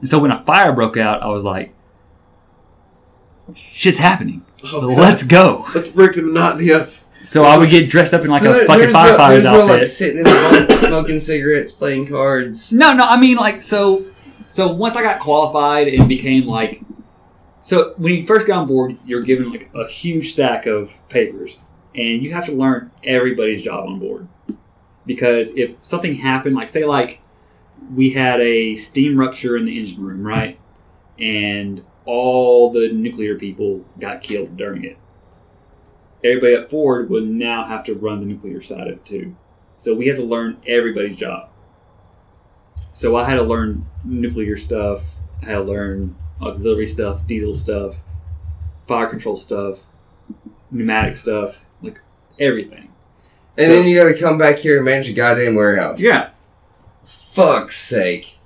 Speaker 1: And so when a fire broke out, I was like, shit's happening.
Speaker 3: Oh, God.
Speaker 1: Let's go.
Speaker 3: let's break the monotony up.
Speaker 1: So I would get dressed up in like
Speaker 2: So
Speaker 1: a
Speaker 2: there-
Speaker 1: fucking
Speaker 2: there's no-
Speaker 1: firefighter's
Speaker 2: there's no, like
Speaker 1: outfit.
Speaker 2: sitting in the bunk, (laughs) smoking cigarettes, playing cards.
Speaker 1: No, no, I mean like so. So once I got qualified and became like, so when you first get on board, you're given like a huge stack of papers, and you have to learn everybody's job on board, because if something happened, like say like we had a steam rupture in the engine room, right, and all the nuclear people got killed during it. Everybody up forward would now have to run the nuclear side of it too. So we have to learn everybody's job. So I had to learn nuclear stuff. I had to learn auxiliary stuff, diesel stuff, fire control stuff, pneumatic stuff, like everything.
Speaker 2: And
Speaker 1: So-
Speaker 2: then you got to come back here and manage a goddamn warehouse.
Speaker 1: Yeah.
Speaker 2: Fuck's sake.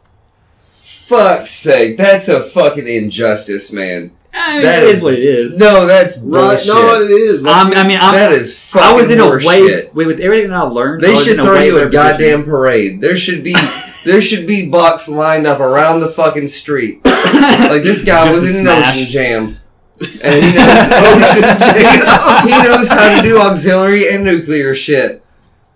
Speaker 2: Fuck's sake. That's a fucking injustice, man.
Speaker 1: I mean,
Speaker 2: That
Speaker 1: it
Speaker 2: is-
Speaker 1: is what it is.
Speaker 2: No, that's
Speaker 3: Right?
Speaker 2: bullshit.
Speaker 3: No, it is.
Speaker 1: I'm, I mean, I'm,
Speaker 2: that is fucking
Speaker 1: I was in a
Speaker 2: horseshit.
Speaker 1: way with, with everything that I learned. I
Speaker 2: They
Speaker 1: was
Speaker 2: should
Speaker 1: in
Speaker 2: throw
Speaker 1: way
Speaker 2: you a
Speaker 1: better position.
Speaker 2: goddamn parade. There should
Speaker 1: (laughs)
Speaker 2: be there should be bucks lined up around the fucking street.
Speaker 1: (laughs)
Speaker 2: Like this guy
Speaker 1: Just
Speaker 2: was
Speaker 1: a
Speaker 2: in an
Speaker 1: smash.
Speaker 2: ocean jam. And (laughs) he knows, he knows how to do auxiliary and nuclear shit.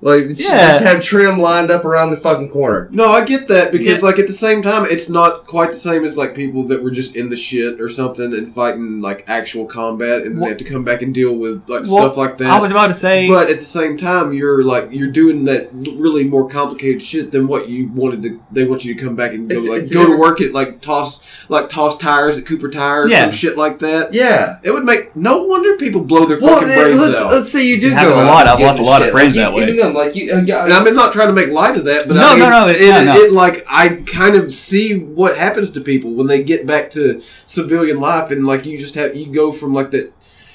Speaker 2: Like just,
Speaker 1: Yeah.
Speaker 2: just have trim lined up around the fucking corner.
Speaker 3: No, I get that because,
Speaker 1: Yeah.
Speaker 3: like, at the same time, it's not quite the same as like people that were just in the shit or something and fighting like actual combat, and then they
Speaker 1: Well-
Speaker 3: have to come back and deal with like
Speaker 1: Well,
Speaker 3: stuff like
Speaker 1: I
Speaker 3: that.
Speaker 1: was about to say,
Speaker 3: but at the same time, you're like you're doing that really more complicated shit than what you wanted to. They want you to come back and go
Speaker 2: It's-
Speaker 3: like
Speaker 2: it's a
Speaker 3: go to
Speaker 2: different-
Speaker 3: work at like toss like toss tires at Cooper Tires,
Speaker 1: Yeah.
Speaker 3: some shit like that.
Speaker 2: Yeah.
Speaker 3: It would make no wonder people blow their
Speaker 2: Well,
Speaker 3: fucking
Speaker 2: then,
Speaker 3: brains
Speaker 2: let's
Speaker 3: out.
Speaker 2: let's say you do
Speaker 1: It
Speaker 2: go
Speaker 1: happens a
Speaker 2: out
Speaker 1: lot.
Speaker 2: and
Speaker 1: I've
Speaker 2: give
Speaker 1: lost a
Speaker 2: them
Speaker 1: lot of
Speaker 2: shit.
Speaker 1: friends
Speaker 2: Like,
Speaker 1: that
Speaker 2: you-
Speaker 1: way.
Speaker 2: Even them, like you, uh,
Speaker 3: And I'm not trying to make light of that, but
Speaker 1: No,
Speaker 3: I mean,
Speaker 1: no, no,
Speaker 3: it,
Speaker 1: it's not, no.
Speaker 3: it like I kind of see what happens to people when they get back to civilian life, and like you just have you go from like that,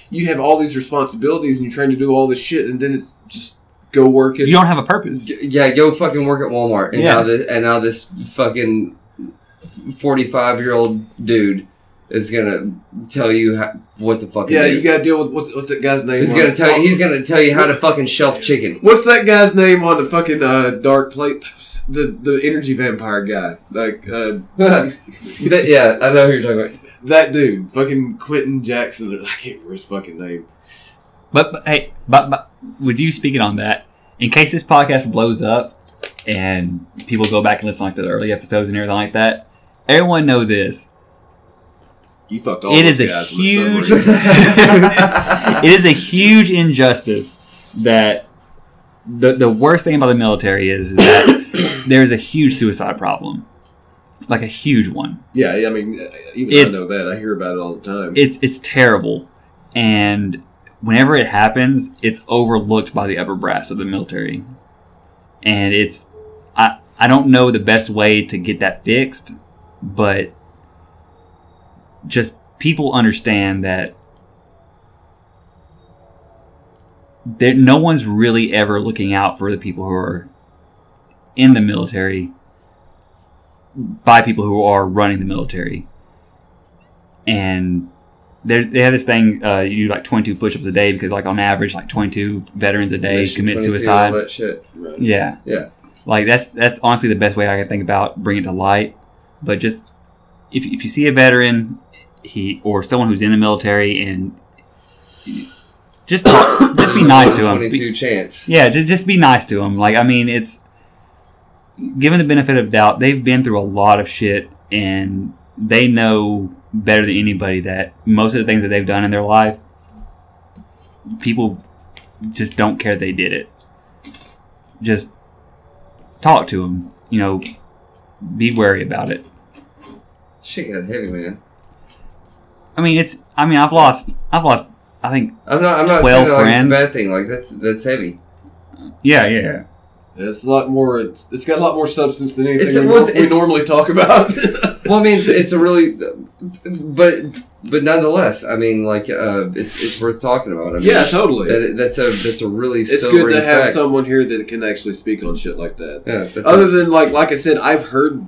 Speaker 3: you have all these responsibilities, and you're trying to do all this shit, and then it's just go work it.
Speaker 1: you don't have a purpose.
Speaker 2: G- Yeah, go fucking work at Walmart. And
Speaker 1: Yeah.
Speaker 2: now this, and now this fucking forty-five year old dude is gonna tell you how, what the fuck. to
Speaker 3: yeah,
Speaker 2: do.
Speaker 3: you got to deal with what's, what's that guy's name?
Speaker 2: He's
Speaker 3: on
Speaker 2: gonna
Speaker 3: it?
Speaker 2: tell you. He's gonna tell you how to fucking shelf chicken.
Speaker 3: What's that guy's name on the fucking uh, dark plate? The the energy vampire guy, like uh,
Speaker 2: That- yeah, I know who you're talking about.
Speaker 3: that dude, fucking Quentin Jackson. I can't remember his fucking name.
Speaker 1: But, but hey, but, but would you speaking on that? In case this podcast blows up and people go back and listen like to the early episodes and everything like that, everyone know this.
Speaker 3: You fucked all.
Speaker 1: It is
Speaker 3: those
Speaker 1: a
Speaker 3: guys in the
Speaker 1: huge-
Speaker 3: submarine.
Speaker 2: (laughs)
Speaker 5: (laughs)
Speaker 1: It is a huge injustice that the the worst thing about the military is, is that (coughs) there's a huge suicide problem, like a huge one.
Speaker 3: Yeah, I mean, uh, even
Speaker 1: It's-
Speaker 3: I know that. I hear about it all the time.
Speaker 1: It's it's terrible, and whenever it happens, it's overlooked by the upper brass of the military, and it's I I don't know the best way to get that fixed, but just people understand that there no one's really ever looking out for the people who are in the military by people who are running the military and they they have this thing uh, you do like 22 push-ups a day because like on average like 22 veterans a day
Speaker 2: Mission
Speaker 1: commit
Speaker 2: 22, all
Speaker 1: suicide
Speaker 2: That shit.
Speaker 3: Right.
Speaker 1: yeah.
Speaker 2: Yeah.
Speaker 1: Like that's that's honestly the best way I can think about bringing it to light. But just if if you see a veteran, he or someone who's in the military and
Speaker 5: just talk, just be
Speaker 2: (coughs)
Speaker 5: nice to them. Be-
Speaker 2: Twenty-two chance.
Speaker 5: yeah, just just be nice to them. Like I mean, it's given the benefit of doubt, they've been through a lot of shit, and they know better than anybody that most of the things that they've done in their life, people just don't care they did it. Just talk to them. You know, be wary about it.
Speaker 2: Shit got heavy, man.
Speaker 5: I mean, it's. I mean, I've lost. I've lost. I think.
Speaker 2: I'm not. I'm not saying
Speaker 5: Twelve
Speaker 2: that, like it's a
Speaker 5: friends.
Speaker 2: bad thing. Like that's that's heavy.
Speaker 5: Yeah, yeah, yeah.
Speaker 3: It's a lot more. It's, it's got a lot more substance than anything
Speaker 2: It's-
Speaker 3: we,
Speaker 2: well,
Speaker 3: nor-
Speaker 2: it's-
Speaker 3: we normally talk about. (laughs)
Speaker 2: Well, I mean, it's, it's a really, but but nonetheless, I mean, like uh, it's it's worth talking about. I mean,
Speaker 3: yeah, totally.
Speaker 2: That, that's a that's a really
Speaker 3: it's
Speaker 2: sobering
Speaker 3: good to have
Speaker 2: fact.
Speaker 3: someone here that can actually speak on shit like that.
Speaker 2: Yeah, that's
Speaker 3: Other
Speaker 2: a-
Speaker 3: than like, like I said, I've heard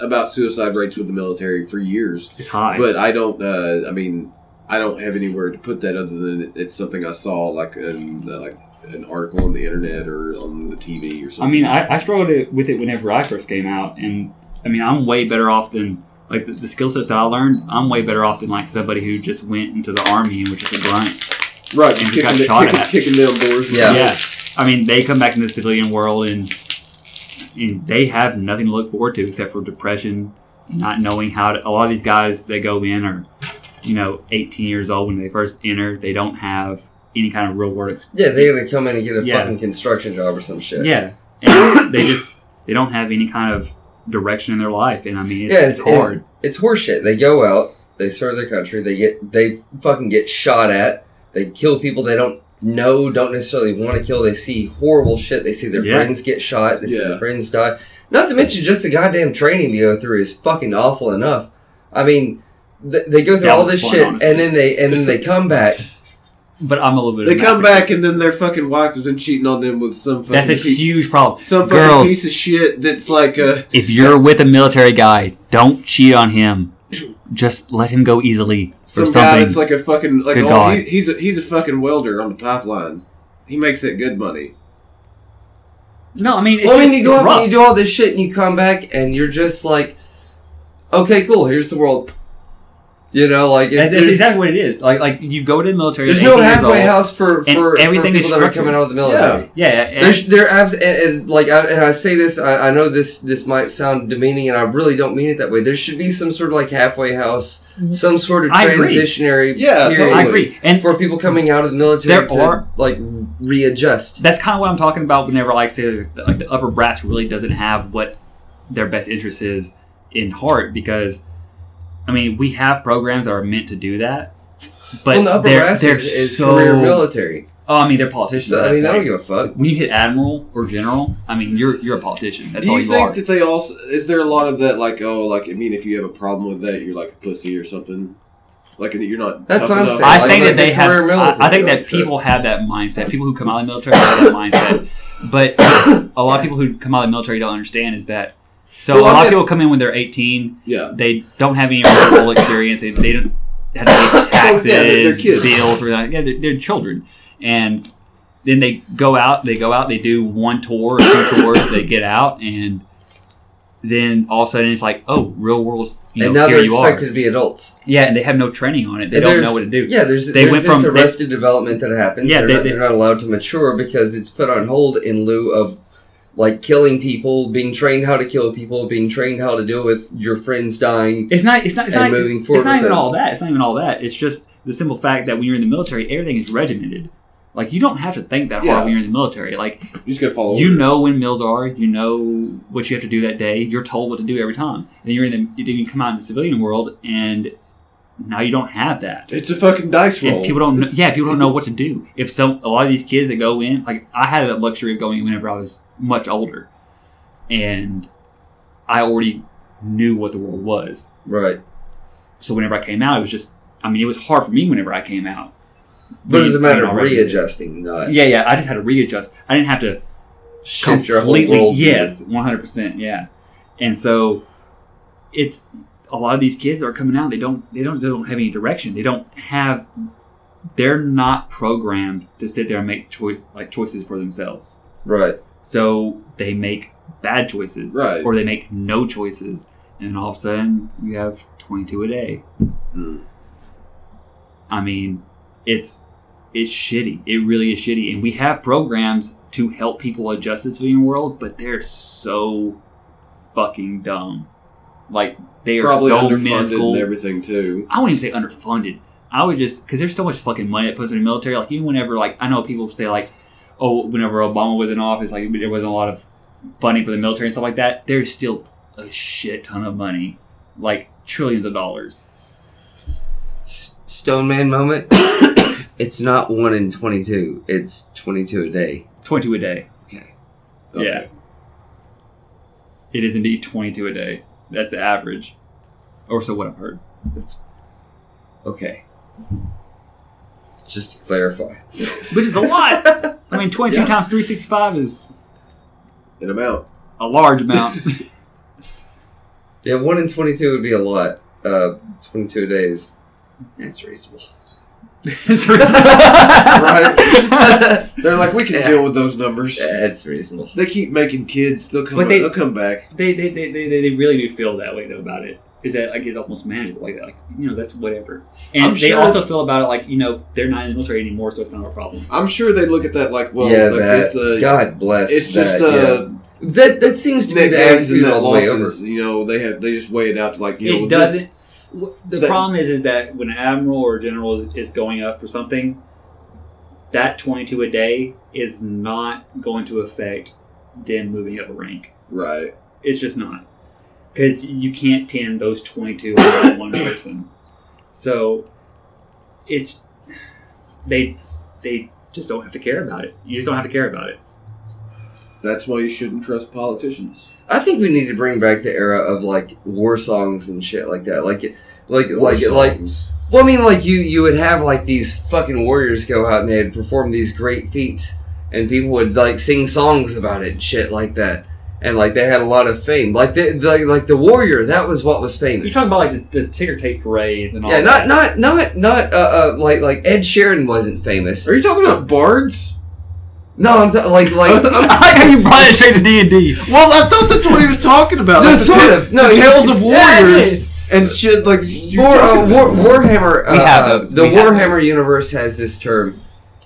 Speaker 3: about suicide rates with the military for years,
Speaker 5: It's high.
Speaker 3: but I don't. Uh, I mean, I don't have anywhere to put that other than it's something I saw like in uh, like an article on the internet or on the TV or
Speaker 5: I
Speaker 3: something.
Speaker 5: mean, I, I struggled it- with it whenever I first came out, and I mean, I'm way better off than like the, the skill sets that I learned. I'm way better off than like somebody who just went into the army and was just a grunt.
Speaker 3: right?
Speaker 5: and
Speaker 3: Kicking,
Speaker 5: got
Speaker 3: the,
Speaker 5: shot
Speaker 3: kicking,
Speaker 5: at.
Speaker 3: kicking down doors.
Speaker 2: Yeah.
Speaker 5: I mean, they come back into the civilian world and and they have nothing to look forward to except for depression, not knowing how to. A lot of these guys that go in are, you know, 18 years old when they first enter. They don't have any kind of real world experience.
Speaker 2: yeah, they're gonna come in and get a
Speaker 5: Yeah.
Speaker 2: fucking construction job or some shit.
Speaker 5: Yeah, and they just they don't have any kind of direction in their life, and I mean, it's,
Speaker 2: yeah,
Speaker 5: it's, hard.
Speaker 2: It's, it's horseshit. They go out, they serve their country, they get they fucking get shot at, they kill people they don't know, don't necessarily want to kill. They see horrible shit. They see their
Speaker 5: Yeah.
Speaker 2: friends get shot. They see
Speaker 3: Yeah.
Speaker 2: their friends die. Not to mention just the goddamn training they go through is fucking awful enough. I mean, th- they go through
Speaker 5: That
Speaker 2: all
Speaker 5: was
Speaker 2: this
Speaker 5: fun,
Speaker 2: shit
Speaker 5: honestly.
Speaker 2: and then they and then they come back.
Speaker 5: But I'm a little bit.
Speaker 3: They
Speaker 5: of a
Speaker 3: come
Speaker 5: masochist.
Speaker 3: back and then their fucking wife has been cheating on them with some fucking
Speaker 5: That's a
Speaker 3: pe-
Speaker 5: huge problem.
Speaker 3: some fucking
Speaker 5: Girls.
Speaker 3: piece of shit that's like uh,
Speaker 5: If you're with a military guy, don't cheat on him. Just let him go easily
Speaker 3: some
Speaker 5: or
Speaker 3: guy
Speaker 5: something.
Speaker 3: that's like a fucking like
Speaker 5: Good
Speaker 3: oh,
Speaker 5: God.
Speaker 3: he, he's a, he's a fucking welder on the pipeline. He makes that good money.
Speaker 5: no, I mean, (laughs) it's
Speaker 2: Well, I mean,
Speaker 5: just-
Speaker 2: you go
Speaker 5: it's
Speaker 2: up
Speaker 5: rough.
Speaker 2: and you do all this shit, and you come back, and you're just like, okay, cool. Here's the world. You know, like
Speaker 5: That's,
Speaker 2: it,
Speaker 5: that's
Speaker 2: there's,
Speaker 5: exactly what it is. Like, like you go to the military.
Speaker 2: there's
Speaker 5: at
Speaker 2: no
Speaker 5: 18 years
Speaker 2: halfway
Speaker 5: old.
Speaker 2: house for
Speaker 5: and
Speaker 2: for,
Speaker 5: everything
Speaker 2: for
Speaker 5: is
Speaker 2: people that are
Speaker 5: structured.
Speaker 2: coming out of the military.
Speaker 3: Yeah.
Speaker 5: Yeah, and-
Speaker 2: There's, they're abs- and, and like I, and I say this I, I know this this might sound demeaning and I really don't mean it that way there should be some sort of like halfway house some sort of
Speaker 5: Mm-hmm. I agree.
Speaker 2: transitionary
Speaker 3: Yeah,
Speaker 2: period
Speaker 5: I agree. And
Speaker 2: for people coming out of the military
Speaker 5: There
Speaker 2: to
Speaker 5: are-
Speaker 2: like readjust
Speaker 5: that's kind of what I'm talking about. Whenever like say the, like the upper brass really doesn't have what their best interest is in heart, because I mean we have programs that are meant to do that, but
Speaker 2: well, the upper
Speaker 5: they're,
Speaker 2: brass
Speaker 5: they're
Speaker 2: is, is
Speaker 5: so
Speaker 2: career military
Speaker 5: Oh, I mean, they're politicians.
Speaker 2: so
Speaker 5: at
Speaker 2: I
Speaker 5: that
Speaker 2: mean I don't
Speaker 5: point.
Speaker 2: give a fuck
Speaker 5: when you hit admiral or general, I mean, you're you're a politician. That's
Speaker 3: Do
Speaker 5: all
Speaker 3: you
Speaker 5: you
Speaker 3: think
Speaker 5: are.
Speaker 3: that they also is there a lot of that like oh like I mean if you have a problem with that you're like a pussy or something like you're not
Speaker 2: That's
Speaker 3: tough
Speaker 2: what I'm
Speaker 3: enough?
Speaker 2: saying.
Speaker 5: I
Speaker 2: like,
Speaker 5: think
Speaker 2: like
Speaker 5: that they
Speaker 2: the
Speaker 5: have.
Speaker 2: career military,
Speaker 5: I, I think
Speaker 2: like,
Speaker 5: that
Speaker 2: so-
Speaker 5: people have that mindset. People who come out of the military have that mindset. But a lot of people who come out of the military don't understand is that. So
Speaker 3: Well,
Speaker 5: a
Speaker 3: I'm
Speaker 5: lot
Speaker 3: not-
Speaker 5: of people come in when they're 18.
Speaker 3: yeah
Speaker 5: They don't have any real experience. They, they
Speaker 2: (laughs)
Speaker 5: don't
Speaker 2: Oh,
Speaker 5: have to pay taxes,
Speaker 3: yeah, they're- they're kids.
Speaker 5: bills, or yeah, they're, they're children, and then they go out. They go out. They do one tour or two tours. They get out and. Then all of a sudden it's like, oh, real world. You know,
Speaker 2: and now
Speaker 5: here
Speaker 2: they're
Speaker 5: you are.
Speaker 2: expected to be adults
Speaker 5: Yeah, and they have no training on it. They
Speaker 2: And
Speaker 5: don't
Speaker 2: there's-
Speaker 5: know what to do.
Speaker 2: Yeah, there's,
Speaker 5: They
Speaker 2: there's
Speaker 5: went
Speaker 2: this
Speaker 5: from- they-
Speaker 2: arrested development that happens.
Speaker 5: Yeah,
Speaker 2: they're,
Speaker 5: they-
Speaker 2: not,
Speaker 5: they-
Speaker 2: they're not allowed to mature because it's put on hold in lieu of like killing people, being trained how to kill people, being trained how to deal with your friends dying.
Speaker 5: It's not. It's not. It's
Speaker 2: And
Speaker 5: not,
Speaker 2: moving
Speaker 5: it's
Speaker 2: forward
Speaker 5: not
Speaker 2: with
Speaker 5: even
Speaker 2: it.
Speaker 5: all that. It's not even all that. It's just the simple fact that when you're in the military, everything is regimented. Like you don't have to think that
Speaker 3: Yeah.
Speaker 5: hard when you're in the military. Like
Speaker 3: you just gotta follow
Speaker 5: you
Speaker 3: orders.
Speaker 5: know when meals are. You know what you have to do that day. You're told what to do every time. And then you're in the. Then you come out in the civilian world, and now you don't have that.
Speaker 3: it's a fucking dice roll
Speaker 5: And people don't. Know, yeah, people don't know what to do. If some, a lot of these kids that go in, like I had that luxury of going in whenever I was much older, and I already knew what the world was
Speaker 2: Right.
Speaker 5: so whenever I came out, it was just, I mean, it was hard for me whenever I came out.
Speaker 2: But it's a
Speaker 5: Being-
Speaker 2: matter
Speaker 5: being
Speaker 2: of
Speaker 5: already-
Speaker 2: readjusting, not
Speaker 5: Yeah, yeah. I just had to readjust. I didn't have to
Speaker 2: shift your whole
Speaker 5: completely.
Speaker 2: world.
Speaker 5: yes, one hundred percent. Yeah, and so it's a lot of these kids that are coming out. They don't. They don't. They don't have any direction. They don't have. They're not programmed to sit there and make choice like choices for themselves.
Speaker 2: Right.
Speaker 5: So they make bad choices,
Speaker 3: Right.
Speaker 5: or they make no choices, and all of a sudden you have twenty two a day.
Speaker 3: Mm.
Speaker 5: I mean, it's it's shitty. It really is shitty. And we have programs to help people adjust to the civilian world, but they're so fucking dumb. Like they are
Speaker 3: Probably
Speaker 5: so
Speaker 3: underfunded
Speaker 5: minuscule.
Speaker 3: and everything too.
Speaker 5: I wouldn't even say underfunded. I would just because there's so much fucking money that puts in the military. Like even whenever like I know people say like, oh, whenever Obama was in office, like there wasn't a lot of funding for the military and stuff like that. There's still a shit ton of money, like trillions of dollars.
Speaker 2: S- Stone Man moment. (coughs) it's not one in twenty-two. It's twenty-two a day.
Speaker 5: Twenty-two a day.
Speaker 2: Okay.
Speaker 5: Yeah. It is indeed twenty-two a day. That's the average, or so what I've heard.
Speaker 2: Okay. Just to clarify.
Speaker 5: Which is a lot. I mean, twenty-two
Speaker 3: Yeah.
Speaker 5: times three sixty-five is
Speaker 3: An
Speaker 2: (laughs)
Speaker 3: amount.
Speaker 5: a large amount.
Speaker 2: Yeah, one in twenty-two would be a lot. Uh, twenty-two a day is that's reasonable.
Speaker 5: It's (laughs) reasonable.
Speaker 3: Right?
Speaker 2: (laughs)
Speaker 3: They're like, we can
Speaker 2: Yeah.
Speaker 3: deal with those numbers.
Speaker 2: that's reasonable.
Speaker 3: They keep making kids. They'll come.
Speaker 5: But they-
Speaker 3: they'll come back.
Speaker 5: they they, they, they they they really do feel that way though about it. Is that like it's almost manageable like that? Like you know that's whatever. And
Speaker 3: I'm
Speaker 5: they
Speaker 3: sure-
Speaker 5: also feel about it like you know they're not in the military anymore, so it's not a problem.
Speaker 3: I'm sure they look at that like, well,
Speaker 2: yeah,
Speaker 3: like,
Speaker 2: that.
Speaker 3: it's a,
Speaker 2: God bless.
Speaker 3: it's just
Speaker 2: that, yeah.
Speaker 3: uh,
Speaker 2: that. That seems to be
Speaker 3: net
Speaker 2: the
Speaker 3: gains and
Speaker 2: attitude
Speaker 3: net
Speaker 2: all the way over.
Speaker 3: losses. You know, they have they just weigh it out to like, you know,
Speaker 5: it
Speaker 3: with
Speaker 5: doesn't. w the
Speaker 3: that-
Speaker 5: problem is is that when an admiral or a general is, is going up for something, that twenty two a day is not going to affect them moving up a rank.
Speaker 3: This, right?
Speaker 5: It's just not because you can't pin those twenty two on (coughs) one person. So it's they they just don't have to care about it. You just don't have to care about it.
Speaker 3: That's why you shouldn't trust politicians.
Speaker 2: I think we need to bring back the era of like war songs and shit like that. Like, like,
Speaker 3: War
Speaker 2: like, like.
Speaker 3: songs.
Speaker 2: Well, I mean, like you, you would have like these fucking warriors go out and they'd perform these great feats, and people would like sing songs about it and shit like that. And like they had a lot of fame. Like the, the like the warrior, that was what was famous.
Speaker 5: You're talking about like the, the ticker tape parades and all.
Speaker 2: yeah,
Speaker 5: that.
Speaker 2: not not not not uh, uh like like Ed Sheeran wasn't famous.
Speaker 3: Are you talking about bards? (laughs)
Speaker 2: No, I'm t- like
Speaker 5: (laughs)
Speaker 2: like
Speaker 3: I'm-
Speaker 5: I like (laughs) how you brought it straight to D and D.
Speaker 3: Well, I thought that's what he was talking about.
Speaker 2: No,
Speaker 3: like the
Speaker 2: sort
Speaker 3: ta-
Speaker 2: of. No,
Speaker 3: the
Speaker 2: he-
Speaker 3: tales of
Speaker 5: yeah,
Speaker 3: warriors and shit. Like
Speaker 2: (laughs)
Speaker 3: you
Speaker 2: War, uh, War, Warhammer. Uh,
Speaker 5: We have
Speaker 2: uh,
Speaker 5: those.
Speaker 2: The
Speaker 5: We have
Speaker 2: Warhammer universe has this term,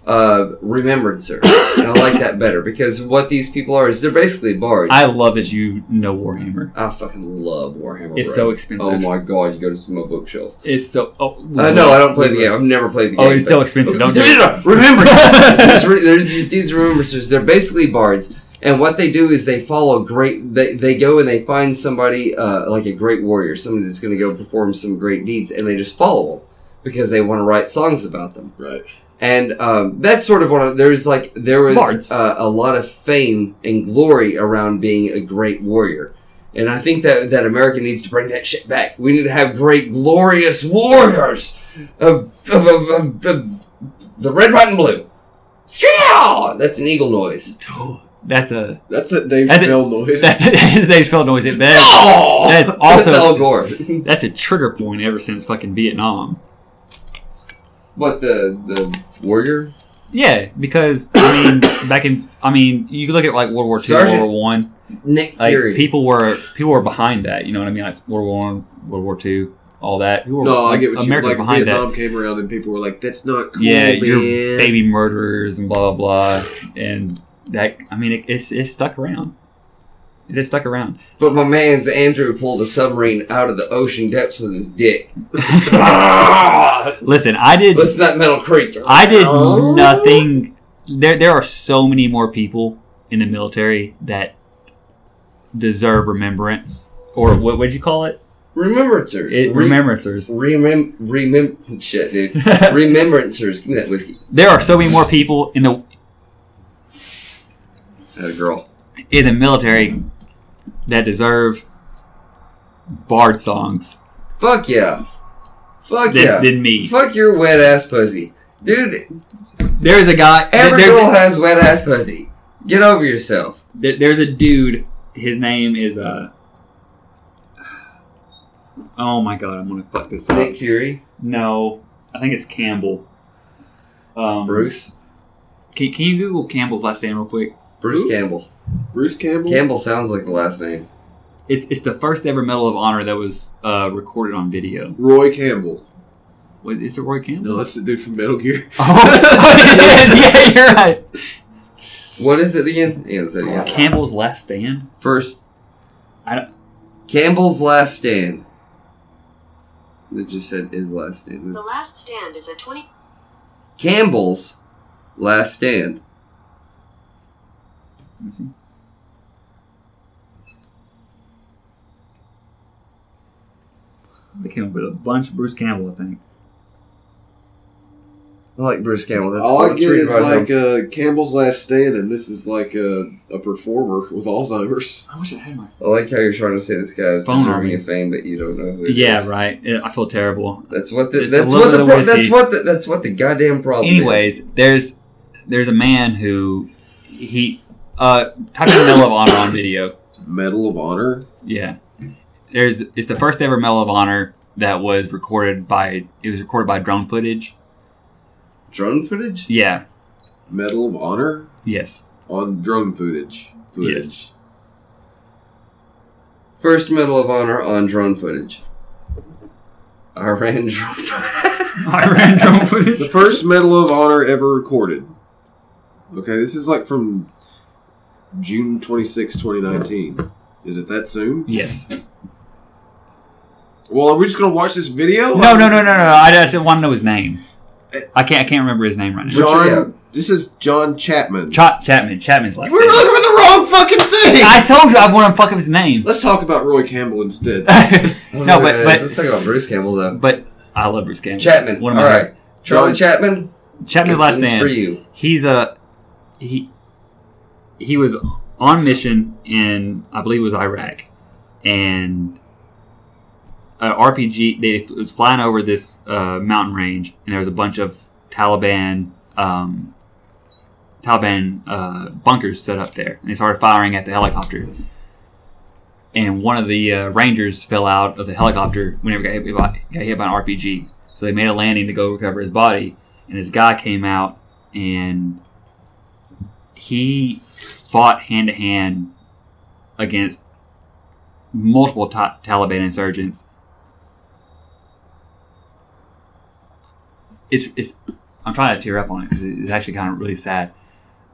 Speaker 2: uh, remembrancer, and I like that better because what these people are is they're basically bards. I,
Speaker 5: I love that you know Warhammer.
Speaker 2: fucking love Warhammer.
Speaker 5: It's
Speaker 2: bro.
Speaker 5: so expensive.
Speaker 2: Oh my god, you go to my bookshelf.
Speaker 5: It's so. Oh
Speaker 2: Uh, no, I don't play the game. I've never played the game.
Speaker 5: Oh, it's so expensive. Don't do it.
Speaker 2: (laughs) Remember, there's,
Speaker 5: (laughs)
Speaker 2: re- there's these dudes remembrancers. They're basically bards, and what they do is they follow great. They, they go and they find somebody uh, like a great warrior, somebody that's going to go perform some great deeds, and they just follow them because they want to write songs about them.
Speaker 3: Right.
Speaker 2: And um, that's sort of one of there's like there was
Speaker 5: Bards.
Speaker 2: uh, a lot of fame and glory around being a great warrior. And I think that that America needs to bring that shit back. We need to have great, glorious warriors of of, of, of, of the red, white, and blue. Straw! That's an eagle noise.
Speaker 5: (laughs) That's a.
Speaker 3: That's a Dave
Speaker 5: That's it.
Speaker 3: Chappelle noise.
Speaker 5: That's a, (laughs) his name's spelled noise. That is,
Speaker 2: Oh!
Speaker 5: that is
Speaker 2: (laughs)
Speaker 5: also-
Speaker 2: that's Al Gore.
Speaker 5: that's a trigger point ever since fucking Vietnam.
Speaker 2: what the the warrior?
Speaker 5: Yeah, because I mean, (coughs) back in I mean, you could look at like World War Two, World
Speaker 2: Sergeant
Speaker 5: War One.
Speaker 2: Nick
Speaker 5: Like
Speaker 2: Fury.
Speaker 5: people were people were behind that. You know what I mean? Like World War One, World War Two, all that. People were,
Speaker 3: no, I
Speaker 5: like,
Speaker 3: get what you
Speaker 5: America's
Speaker 3: like.
Speaker 5: behind
Speaker 3: Vietnam came around and people were like, "That's not
Speaker 5: that.
Speaker 3: cool,
Speaker 5: yeah,
Speaker 3: man."
Speaker 5: you're baby murderers and blah blah blah, and that. I mean, it, it's it's stuck around. It is stuck around.
Speaker 2: but my man's Andrew pulled a submarine out of the ocean depths with his dick. (laughs)
Speaker 5: Listen, I did
Speaker 2: Listen to that metal creak.
Speaker 5: I did
Speaker 2: Oh.
Speaker 5: nothing. There, there are so many more people in the military that deserve remembrance, or what would you call it?
Speaker 2: Remembrancer.
Speaker 5: it
Speaker 2: Re-
Speaker 5: remembrancers.
Speaker 2: Remem- remem- shit, dude.
Speaker 5: (laughs) there
Speaker 2: Remembrancers. Give me that whiskey.
Speaker 5: are so many more people in the
Speaker 2: That a girl.
Speaker 5: in the military that deserve bard songs
Speaker 2: Fuck yeah. Fuck
Speaker 5: than,
Speaker 2: yeah.
Speaker 5: than me.
Speaker 2: Fuck your wet ass pussy. Dude,
Speaker 5: There is a guy.
Speaker 2: every
Speaker 5: there- (laughs)
Speaker 2: girl has wet ass pussy. Get over yourself.
Speaker 5: there, there's a dude. His name is uh. Oh my god! I'm gonna fuck this up.
Speaker 2: Nick Fury.
Speaker 5: No, I think it's Campbell. Um,
Speaker 2: Bruce.
Speaker 5: can, can you Google Campbell's last name real quick?
Speaker 2: Bruce
Speaker 3: Who?
Speaker 2: Campbell.
Speaker 3: Bruce Campbell.
Speaker 2: Campbell sounds like the last name.
Speaker 5: It's it's the first ever Medal of Honor that was uh, recorded on video.
Speaker 3: Roy Campbell.
Speaker 5: Was is it Roy Campbell?
Speaker 3: No, that's the dude from Metal Gear.
Speaker 2: (laughs)
Speaker 6: Oh, yes, yeah, you're right.
Speaker 2: What is it again? Yeah, it's it again.
Speaker 5: Campbell's Last Stand.
Speaker 2: First,
Speaker 5: I don't-
Speaker 2: Campbell's last stand. It just said his last stand.
Speaker 7: The
Speaker 2: It's
Speaker 7: Last Stand is a 20.
Speaker 2: Campbell's last stand.
Speaker 5: Let me see. They came up with a bunch of Bruce Campbell, I think.
Speaker 2: I like Bruce Campbell. That's
Speaker 3: All I
Speaker 2: that's
Speaker 3: get
Speaker 2: where
Speaker 3: is
Speaker 2: you're from.
Speaker 3: like uh, Campbell's Last Stand, and this is like a, a performer with Alzheimer's.
Speaker 5: I wish I had my
Speaker 2: I like how you're trying to say this guy is
Speaker 5: Phone
Speaker 2: deserving
Speaker 5: on.
Speaker 2: of fame, but you don't know who. it
Speaker 5: Yeah,
Speaker 2: is.
Speaker 5: right. Yeah, I feel terrible.
Speaker 2: That's what the
Speaker 5: It's
Speaker 2: that's
Speaker 5: a
Speaker 2: what the,
Speaker 5: little
Speaker 2: pro-
Speaker 5: bit of
Speaker 2: that's
Speaker 5: whiskey.
Speaker 2: what the that's what the goddamn problem is.
Speaker 5: Anyways, there's there's a man who he uh type in Medal of Honor on video.
Speaker 3: Medal of Honor.
Speaker 5: Yeah. There's it's the first ever Medal of Honor that was recorded by it was recorded by drone footage.
Speaker 2: drone footage.
Speaker 5: Yeah.
Speaker 3: Medal of Honor
Speaker 5: Yes.
Speaker 3: on drone footage. Footage.
Speaker 5: Yes.
Speaker 2: First Medal of Honor on drone footage. Iran drone.
Speaker 5: I ran drone
Speaker 3: The
Speaker 5: footage.
Speaker 3: first Medal of Honor ever recorded. Okay, this is like from June 26, 2019. Is it that soon?
Speaker 5: Yes.
Speaker 3: Well, are we just going to watch this video?
Speaker 5: No, no, no, no, no. I just want to know his name. I can't. I can't remember his name right now.
Speaker 3: John.
Speaker 2: Yeah.
Speaker 3: This is John Chapman.
Speaker 5: Ch- Chapman. Chapman's last
Speaker 3: we were
Speaker 5: name.
Speaker 3: looking for the wrong fucking thing!
Speaker 5: I told you I want to fuck up his name. (laughs)
Speaker 3: Let's talk about Roy Campbell instead.
Speaker 5: no, but
Speaker 2: let's
Speaker 5: but
Speaker 2: talk about Bruce Campbell though.
Speaker 5: but I love Bruce Campbell.
Speaker 2: Chapman.
Speaker 5: One
Speaker 2: All
Speaker 5: of my
Speaker 2: right,
Speaker 5: favorites.
Speaker 2: Charlie Chapman.
Speaker 5: Chapman's
Speaker 2: this
Speaker 5: last
Speaker 2: one's
Speaker 5: name.
Speaker 2: for you.
Speaker 5: he's a he he was on mission in I believe it was Iraq and uh, a RPG they was flying over this uh, mountain range and there was a bunch of Taliban um, Taliban uh, bunkers set up there and they started firing at the helicopter and one of the uh, rangers fell out of the helicopter whenever got hit, by, got hit by an RPG so they made a landing to go recover his body and this guy came out and he fought hand to hand against multiple ta- Taliban insurgents. It's, it's I'm trying to tear up on it because it's actually kind of really sad,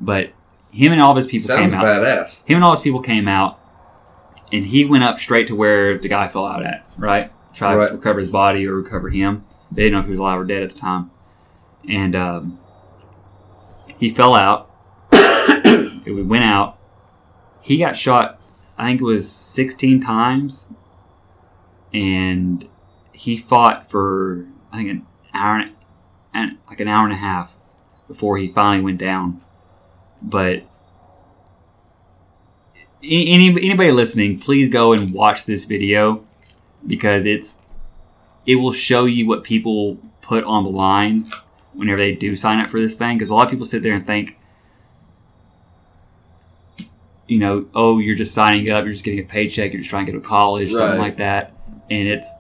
Speaker 5: but him and all of his people
Speaker 2: Sounds
Speaker 5: came out.
Speaker 2: badass.
Speaker 5: Him and all his people came out, and he went up straight to where the guy fell out at, right? Try
Speaker 2: Right.
Speaker 5: to recover his body or recover him. They didn't know if he was alive or dead at the time. And um, he fell out. (coughs) it went out. He got shot, I think it was 16 times. And he fought for, I think, an hour and like an hour and a half before he finally went down. But any, any- anybody listening, please go and watch this video because it's it will show you what people put on the line whenever they do sign up for this thing. Because a lot of people sit there and think, you know, oh, you're just signing up, you're just getting a paycheck, you're just trying to go to college,
Speaker 3: Right.
Speaker 5: something like that, and it's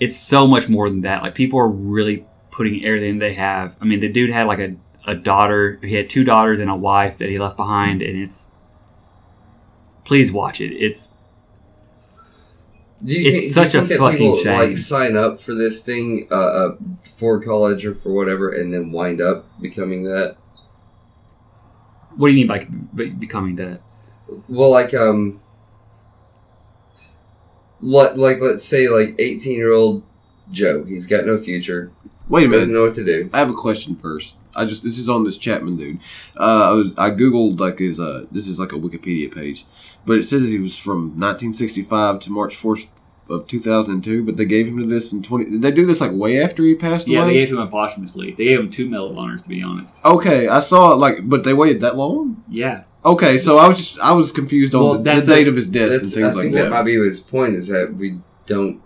Speaker 5: it's so much more than that. Like people are really putting everything they have. I mean, the dude had like a a daughter. He had two daughters and a wife that he left behind, and it's. Please watch it. It's
Speaker 2: Do you think,
Speaker 5: It's such
Speaker 2: do
Speaker 5: a
Speaker 2: you think that
Speaker 5: fucking
Speaker 2: people
Speaker 5: shame.
Speaker 2: like sign up for this thing uh, uh, for college or for whatever, and then wind up becoming that?
Speaker 5: what do you mean by be- becoming that?
Speaker 2: Well, like um, what like let's say like eighteen year old Joe, he's got no future,
Speaker 3: Wait a minute.
Speaker 2: doesn't know what to do.
Speaker 3: I have a question first. I just this is on this Chapman dude. Uh, I was I googled like his uh this is like a Wikipedia page, but it says he was from 1965 to March 4th of 2002. But they gave him to this in 20. Did they do this like way after he passed
Speaker 1: Yeah,
Speaker 3: away?
Speaker 1: they gave him a posthumously. They gave him two Medal of Honors, to be honest.
Speaker 3: okay, I saw it like, but they waited that long.
Speaker 1: Yeah.
Speaker 3: Okay, so I was just I was confused on
Speaker 5: Well,
Speaker 3: the, the
Speaker 5: that's
Speaker 3: date of his death and
Speaker 2: That's,
Speaker 3: things
Speaker 2: I think
Speaker 3: like
Speaker 2: that
Speaker 3: that.
Speaker 2: might be his point is that we don't. uh,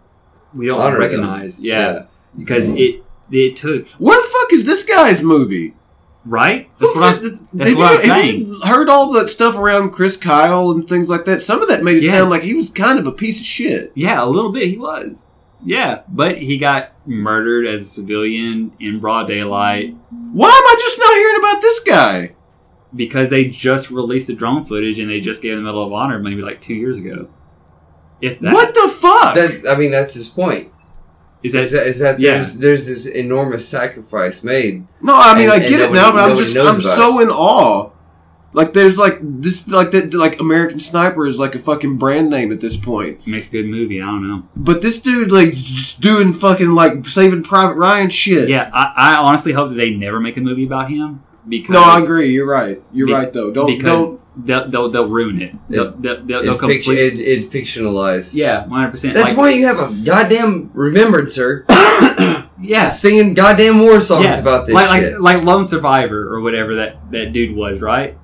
Speaker 1: We don't
Speaker 2: Honor them.
Speaker 1: recognize. Yeah, Because it it took.
Speaker 3: Where the fuck is this guy's movie?
Speaker 1: Right?
Speaker 3: Who
Speaker 1: That's what
Speaker 3: fit-
Speaker 1: I'm. (laughs)
Speaker 3: th-
Speaker 1: that's
Speaker 3: have
Speaker 1: what
Speaker 3: you-
Speaker 1: I'm
Speaker 3: have you Heard all that stuff around Chris Kyle and things like that. Some of that made it
Speaker 1: Yes.
Speaker 3: sound like he was kind of a piece of shit.
Speaker 1: Yeah, a little bit. He was. Yeah, but he got murdered as a civilian in broad daylight
Speaker 3: Why am I just not hearing about this guy?
Speaker 1: because they just released the drone footage and they just gave him the Medal of Honor maybe like two years ago. If that.
Speaker 3: What the fuck?
Speaker 2: That I mean, that's his point.
Speaker 5: Is that
Speaker 2: Is that, is that
Speaker 5: Yeah.
Speaker 2: there's, there's this enormous sacrifice made.
Speaker 3: No, I mean
Speaker 2: And-
Speaker 3: I
Speaker 2: and
Speaker 3: get it
Speaker 2: nobody-
Speaker 3: now, but I'm
Speaker 2: nobody
Speaker 3: just
Speaker 2: knows
Speaker 3: I'm
Speaker 2: about
Speaker 3: so in awe. Like there's like this like that like American Sniper is like a fucking brand name at this point.
Speaker 5: makes a good movie? I don't know.
Speaker 3: But this dude like just doing fucking like Saving Private Ryan shit.
Speaker 5: Yeah, I, I honestly hope that they never make a movie about him because
Speaker 3: No, I agree. You're right. You're
Speaker 5: Be-
Speaker 3: right though. Don't
Speaker 5: because
Speaker 3: don't.
Speaker 5: They'll, they'll, they'll ruin it. They'll, they'll, they'll,
Speaker 2: It,
Speaker 5: they'll
Speaker 2: fic- it,
Speaker 5: complete-
Speaker 2: it fictionalized.
Speaker 5: yeah, one hundred percent.
Speaker 2: That's why you have a goddamn remembrancer
Speaker 5: Yeah,
Speaker 2: singing goddamn war songs
Speaker 5: Yeah.
Speaker 2: about this
Speaker 5: like,
Speaker 2: shit.
Speaker 5: like like Lone Survivor or whatever that, that dude was, right?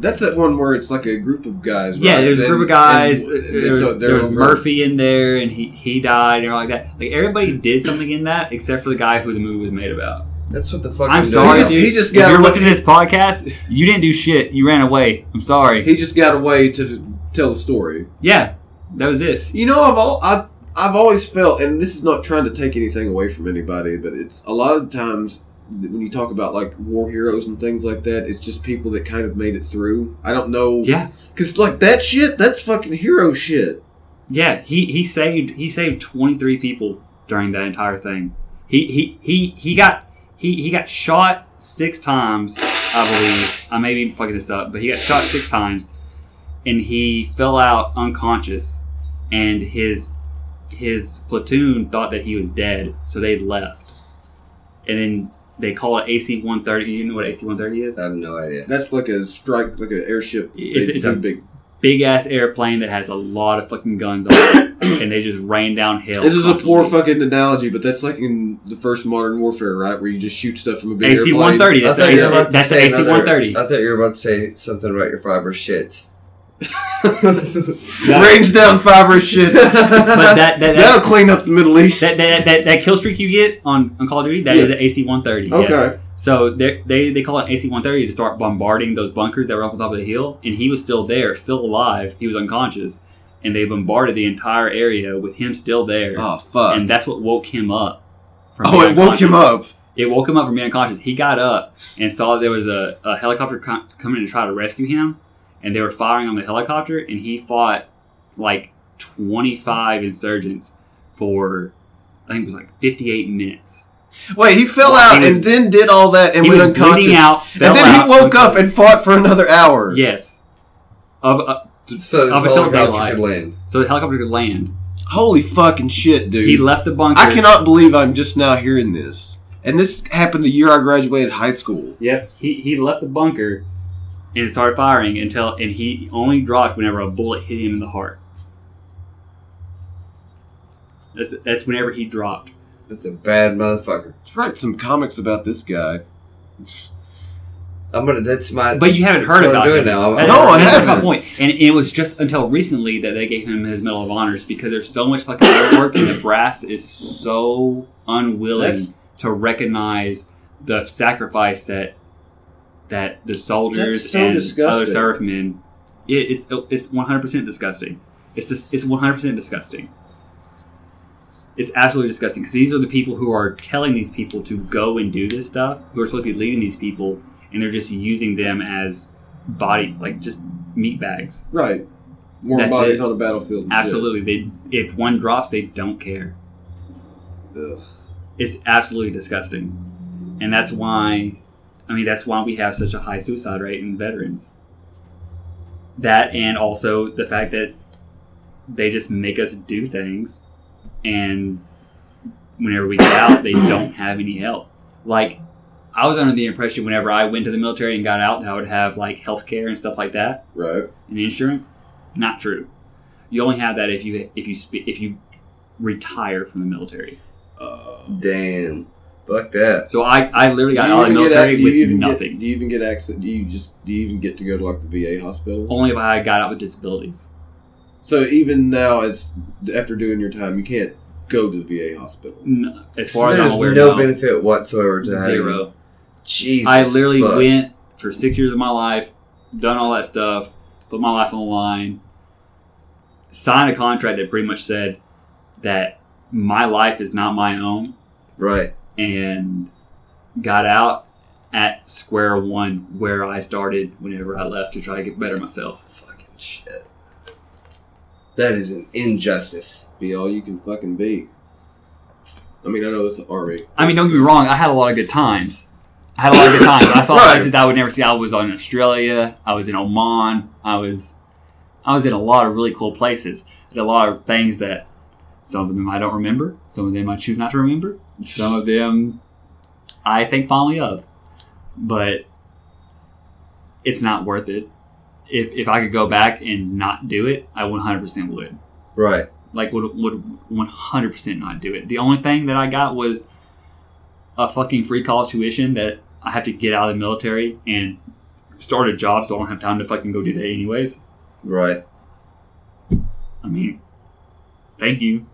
Speaker 3: That's that one where it's like a group of guys.
Speaker 5: Yeah,
Speaker 3: right?
Speaker 5: there's a
Speaker 3: And-
Speaker 5: group of guys.
Speaker 3: and
Speaker 5: uh,
Speaker 3: it's
Speaker 5: there was,
Speaker 3: a- they're
Speaker 5: there was
Speaker 3: over-
Speaker 5: Murphy in there, and he, he died, and all like that. Like everybody did something in that, except for the guy who the movie was made about.
Speaker 2: That's what the fuck
Speaker 5: I'm
Speaker 2: doing.
Speaker 5: sorry,
Speaker 3: He
Speaker 5: dude.
Speaker 3: just- he just
Speaker 5: if
Speaker 3: got
Speaker 5: you're
Speaker 3: away-
Speaker 5: listening to this podcast, you didn't do shit. You ran away. I'm sorry.
Speaker 3: He just got away to tell the story.
Speaker 5: Yeah, that was it.
Speaker 3: You know, I've all I've, I've always felt, and this is not trying to take anything away from anybody, but it's a lot of times th- when you talk about like war heroes and things like that, it's just people that kind of made it through. I don't know,
Speaker 5: Yeah,
Speaker 3: because like that shit, that's fucking hero shit.
Speaker 5: yeah. He he saved he saved 23 people during that entire thing. He he he he got he he got shot six times, I believe. I may be fucking this up, but he got shot six times, and he fell out unconscious, and his his platoon thought that he was dead, so they left, and then they call it AC 130. You know what AC 130 is?
Speaker 2: I have no idea.
Speaker 3: That's like a strike, like an airship.
Speaker 5: It's-
Speaker 3: They
Speaker 5: it's
Speaker 3: do
Speaker 5: a-
Speaker 3: big.
Speaker 5: big ass airplane that has a lot of fucking guns on it, (coughs) and they just rain down hail.
Speaker 3: This is a
Speaker 5: constantly.
Speaker 3: poor fucking analogy, but that's like in the first modern warfare, right, where you just shoot stuff from a big
Speaker 5: AC
Speaker 3: airplane. (laughs)
Speaker 5: one thirty.
Speaker 2: I
Speaker 5: That's
Speaker 2: thought, you were about
Speaker 5: the
Speaker 2: to
Speaker 5: that's the
Speaker 2: say
Speaker 5: AC one
Speaker 2: another, (laughs)
Speaker 5: thirty.
Speaker 2: I thought you were about to say something about your fiber shits.
Speaker 3: rains down fiber shit.
Speaker 5: (laughs) But
Speaker 3: (laughs)
Speaker 5: that that
Speaker 3: That'll
Speaker 5: that,
Speaker 3: clean up the Middle East.
Speaker 5: that, that, that, that kill streak you get on, on Call of Duty that
Speaker 3: Yeah.
Speaker 5: is an AC one thirty.
Speaker 3: okay.
Speaker 5: So they they they call it AC one thirty to start bombarding those bunkers that were up on top of the hill, and he was still there, still alive. He was unconscious, and they bombarded the entire area with him still there,
Speaker 3: Oh fuck.
Speaker 5: and that's what woke him up. from
Speaker 3: oh, it
Speaker 5: being
Speaker 3: woke him
Speaker 5: unconscious.
Speaker 3: up.
Speaker 5: It woke him up from being unconscious. He got up and saw there was a, a helicopter co- coming to try to rescue him, and they were firing on the helicopter, and he fought like 25 insurgents for, I think it was like 58 minutes.
Speaker 3: Wait, he fell
Speaker 5: Well,
Speaker 3: out
Speaker 5: he was-
Speaker 3: and then did all that and
Speaker 5: he
Speaker 3: went
Speaker 5: was bleeding
Speaker 3: unconscious.
Speaker 5: out, fell
Speaker 3: and then
Speaker 5: out,
Speaker 3: he woke up
Speaker 5: unconscious.
Speaker 3: and fought for another hour.
Speaker 5: Yes. Up, up,
Speaker 2: So this
Speaker 5: Up until
Speaker 2: helicopter
Speaker 5: daylight.
Speaker 2: could land.
Speaker 5: so the helicopter could land.
Speaker 3: Holy fucking shit, dude.
Speaker 5: He left the bunker.
Speaker 3: I cannot believe I'm just now hearing this. And this happened the year I graduated high school.
Speaker 5: Yep. He, he left the bunker and started firing until, and he only dropped whenever a bullet hit him in the heart. That's, that's whenever he dropped.
Speaker 2: That's a bad motherfucker.
Speaker 3: Let's write some comics about this guy.
Speaker 2: I'm gonna. That's my.
Speaker 5: But you haven't
Speaker 2: that's
Speaker 5: heard
Speaker 2: what
Speaker 5: about
Speaker 2: I'm doing
Speaker 5: him.
Speaker 2: now. I'm,
Speaker 5: That's-
Speaker 3: No, I
Speaker 5: that's
Speaker 3: haven't.
Speaker 5: the point. And it was just until recently that they gave him his Medal of Honors because there's so much fucking work and the brass is so unwilling
Speaker 3: That's-
Speaker 5: to recognize the sacrifice that that the soldiers
Speaker 3: That's so
Speaker 5: and other
Speaker 3: disgusting.
Speaker 5: servicemen. It is it's 100 percent disgusting. It's just it's 100 percent disgusting. It's absolutely disgusting because these are the people who are telling these people to go and do this stuff, who are supposed to be leading these people, and they're just using them as body, like just meat bags.
Speaker 3: Right. Warm
Speaker 5: That's
Speaker 3: bodies
Speaker 5: it.
Speaker 3: on a battlefield. And shit.
Speaker 5: Absolutely, they if one drops, they don't care.
Speaker 3: Ugh.
Speaker 5: It's absolutely disgusting, and that's why, I mean, that's why we have such a high suicide rate in veterans. That and also the fact that they just make us do things, and whenever we get out, they don't have any help. Like, I was under the impression whenever I went to the military and got out that I would have like health care and stuff like that.
Speaker 3: Right.
Speaker 5: and insurance. Not true. You only have that if you if you sp- if you retire from the military.
Speaker 3: Uh,
Speaker 2: damn. Fuck that.
Speaker 5: So I, I literally
Speaker 3: do
Speaker 5: got
Speaker 3: you
Speaker 5: out
Speaker 3: even
Speaker 5: of the
Speaker 3: get ac-
Speaker 5: military
Speaker 3: do you
Speaker 5: with
Speaker 3: even get-
Speaker 5: nothing.
Speaker 3: do you even get access? Do you just do you even get to go to like the VA hospital?
Speaker 5: only if I got out with disabilities.
Speaker 3: So even now, it's after doing your time, you can't go to the VA hospital.
Speaker 5: No, as
Speaker 2: So
Speaker 5: far as I'm
Speaker 2: there's
Speaker 5: aware,
Speaker 2: no
Speaker 5: no.
Speaker 2: benefit whatsoever to having-
Speaker 5: zero.
Speaker 2: Jesus.
Speaker 5: I literally
Speaker 2: fuck.
Speaker 5: went for six years of my life, done all that stuff, put my life on the line, signed a contract that pretty much said that my life is not my own.
Speaker 2: Right.
Speaker 5: and got out at square one where I started whenever I left to try to get better myself.
Speaker 2: Fucking shit. That is an injustice.
Speaker 3: Be all you can fucking be. I mean, I know that's the army.
Speaker 5: I mean, don't get me wrong. I had a lot of good times. I had a lot of good times. I saw
Speaker 3: Right.
Speaker 5: places that I would never see. I was on Australia. I was in Oman. I was, I was in a lot of really cool places. I did a lot of things that some of them I don't remember. Some of them I choose not to remember. Some of them I think fondly of, but it's not worth it. If if I could go back and not do it, I 100% would
Speaker 2: Right.
Speaker 5: like would would one hundred percent not do it. The only thing that I got was a fucking free college tuition that I have to get out of the military and start a job, so I don't have time to fucking go do that anyways.
Speaker 2: Right.
Speaker 5: I mean, thank you,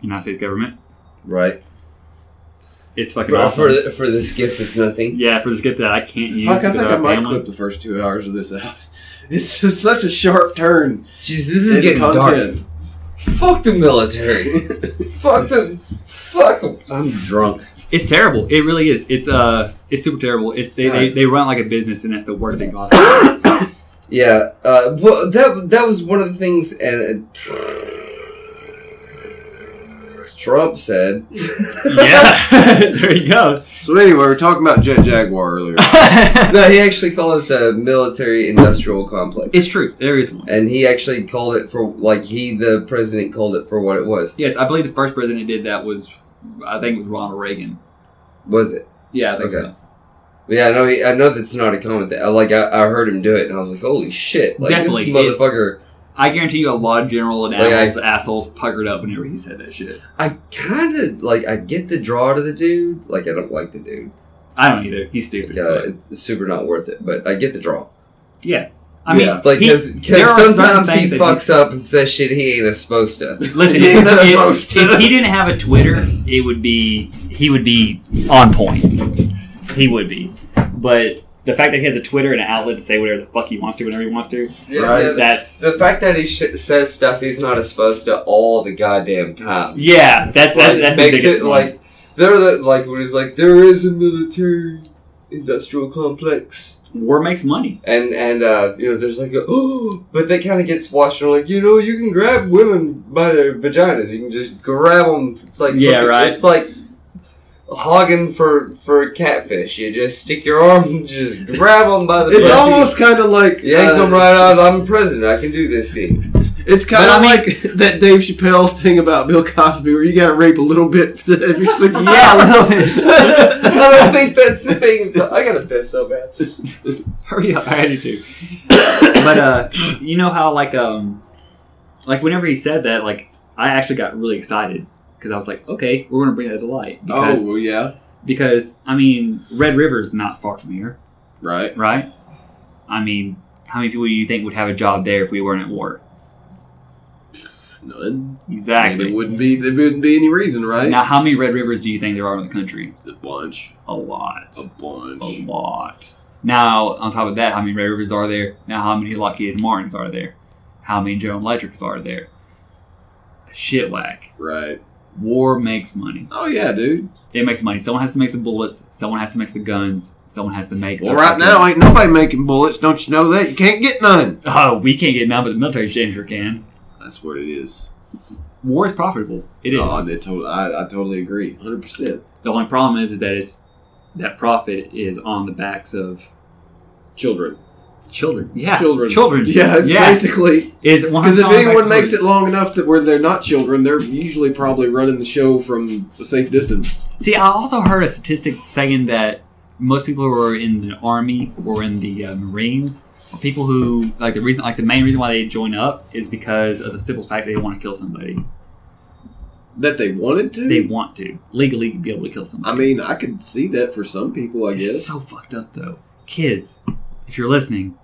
Speaker 5: United States government.
Speaker 2: Right.
Speaker 5: It's fucking
Speaker 2: For,
Speaker 5: awesome.
Speaker 2: for, th- for this gift of nothing.
Speaker 5: yeah, for this gift that I can't use
Speaker 3: Fuck, I
Speaker 5: because
Speaker 3: think
Speaker 5: of
Speaker 3: I
Speaker 5: our
Speaker 3: might
Speaker 5: family.
Speaker 3: clip the first two hours of this out. (laughs) It's just such a sharp turn.
Speaker 2: Jeez, this is
Speaker 3: in
Speaker 2: getting dark.
Speaker 3: content.
Speaker 2: Fuck the (laughs) military. fuck the. Fuck 'em. I'm drunk.
Speaker 5: It's terrible. It really is. It's uh, it's super terrible. It's they, they,
Speaker 3: God.
Speaker 5: they run like a business, and that's the worst thing
Speaker 3: (laughs)
Speaker 5: possible.
Speaker 2: Yeah, uh, well, that that was one of the things, and uh, Trump (laughs) said,
Speaker 5: yeah, (laughs) there you go.
Speaker 3: So anyway, we were talking about Jet Jaguar earlier.
Speaker 2: no, he actually called it the military-industrial complex,
Speaker 5: It's true. There is one.
Speaker 2: and he actually called it for like he, the president, called it for what it was.
Speaker 5: Yes, I believe the first president did that was, I think it was Ronald Reagan.
Speaker 2: Was it?
Speaker 5: Yeah, I think
Speaker 2: Okay.
Speaker 5: so.
Speaker 2: Yeah, I know. He, I know that's not a common thing. I, like I, I heard him do it, and I was like, "Holy shit!" Like
Speaker 5: Definitely,
Speaker 2: this
Speaker 5: it-
Speaker 2: motherfucker.
Speaker 5: I guarantee you a lot of general and
Speaker 2: Like, I-
Speaker 5: assholes, assholes puckered up whenever he said that shit.
Speaker 2: I kind of like. I get the draw to the dude. Like I don't like the dude.
Speaker 5: I don't either. He's stupid.
Speaker 2: Yeah,
Speaker 5: so-
Speaker 2: it's super not worth it. But I get the draw.
Speaker 5: (laughs) I mean,
Speaker 3: Yeah.
Speaker 2: Like,
Speaker 5: He-
Speaker 2: because
Speaker 5: there are certain
Speaker 2: sometimes he
Speaker 5: things that
Speaker 2: fucks up and says shit he ain't a supposed (laughs) to.
Speaker 5: listen,
Speaker 3: Yeah, (laughs)
Speaker 5: if,
Speaker 3: that's
Speaker 5: if-
Speaker 3: most.
Speaker 5: if he didn't have a Twitter, it would be he would be on point. He would be, but the fact that he has a Twitter and an outlet to say whatever the fuck he wants to whenever he wants to,
Speaker 3: Right.
Speaker 2: The,
Speaker 5: that's
Speaker 2: the fact that he sh- says stuff he's not as supposed to all the goddamn time.
Speaker 5: yeah, that's that's,
Speaker 2: Like,
Speaker 5: that's the
Speaker 2: makes
Speaker 5: biggest
Speaker 2: it
Speaker 5: one.
Speaker 2: like they're the, like when he's like there is a military industrial complex
Speaker 5: war makes money.
Speaker 2: and and uh, you know there's like a (gasps) oh but that kind of gets washed and like you know you can grab women by their vaginas you can just grab them it's like
Speaker 5: Yeah,
Speaker 2: look,
Speaker 5: right.
Speaker 2: it's like hogging for for catfish you just stick your arm (laughs) and just grab them by the
Speaker 3: It's
Speaker 2: pussy.
Speaker 3: almost kind of like
Speaker 2: yank
Speaker 3: uh,
Speaker 2: them right out I'm president I can do these (laughs) things
Speaker 3: It's kind
Speaker 5: But I
Speaker 3: of
Speaker 5: mean-
Speaker 3: like (laughs) that Dave Chappelle thing about Bill Cosby, where you got to rape a little bit for the-
Speaker 5: (laughs)
Speaker 3: every single.
Speaker 5: Yeah,
Speaker 2: (laughs)
Speaker 5: listen.
Speaker 2: I
Speaker 3: (laughs)
Speaker 2: don't think that's the thing I gotta piss so bad
Speaker 5: Hurry up! I had to. do. but uh, you know how like um, like whenever he said that, like I actually got really excited because I was like, okay, we're gonna bring that to light because
Speaker 3: oh well, yeah,
Speaker 5: because I mean, Red River's not far from here,
Speaker 3: right.
Speaker 5: right? I mean, how many people do you think would have a job there if we weren't at war?
Speaker 3: None. I mean,
Speaker 5: Exactly.
Speaker 3: There wouldn't be there wouldn't be any reason, right?
Speaker 5: Now, how many Red Rivers do you think there are in the country?
Speaker 3: A bunch,
Speaker 5: A lot.
Speaker 3: a bunch.
Speaker 5: A lot. Now, on top of that, how many Red Rivers are there? Now, how many Lockheed Martins are there? How many General Electrics are there? Shit whack.
Speaker 3: Oh, Right.
Speaker 5: War makes money.
Speaker 3: Oh yeah, dude.
Speaker 5: It makes money. Someone has to make the bullets. Someone has to make the guns. Someone has to make.
Speaker 3: Well,
Speaker 5: the
Speaker 3: right
Speaker 5: fucking-
Speaker 3: now ain't nobody making bullets. Don't you know that? You can't get none.
Speaker 5: Oh, we can't get none, but the military damn sure can.
Speaker 3: That's what it is.
Speaker 5: War is profitable. It is.
Speaker 3: Oh, they told, I, I totally agree, hundred percent.
Speaker 5: the only problem is, is that it's that profit is on the backs of
Speaker 3: Children.
Speaker 5: children. Yeah,
Speaker 3: Children.
Speaker 5: Children.
Speaker 3: Yeah, it's
Speaker 5: yeah.
Speaker 3: basically.
Speaker 5: It's one
Speaker 3: Because if anyone makes it long enough that where they're not children, they're usually probably running the show from a safe distance.
Speaker 5: See, I also heard a statistic saying that most people who are in the army or in the uh, Marines are people who like the reason, like the main reason why they join up is because of the simple fact they want to kill somebody.
Speaker 3: That they wanted to.
Speaker 5: They want to legally be able to kill somebody.
Speaker 3: I mean, I could see that for some people, I
Speaker 5: it's
Speaker 3: guess.
Speaker 5: so fucked up though. Kids, if you're listening,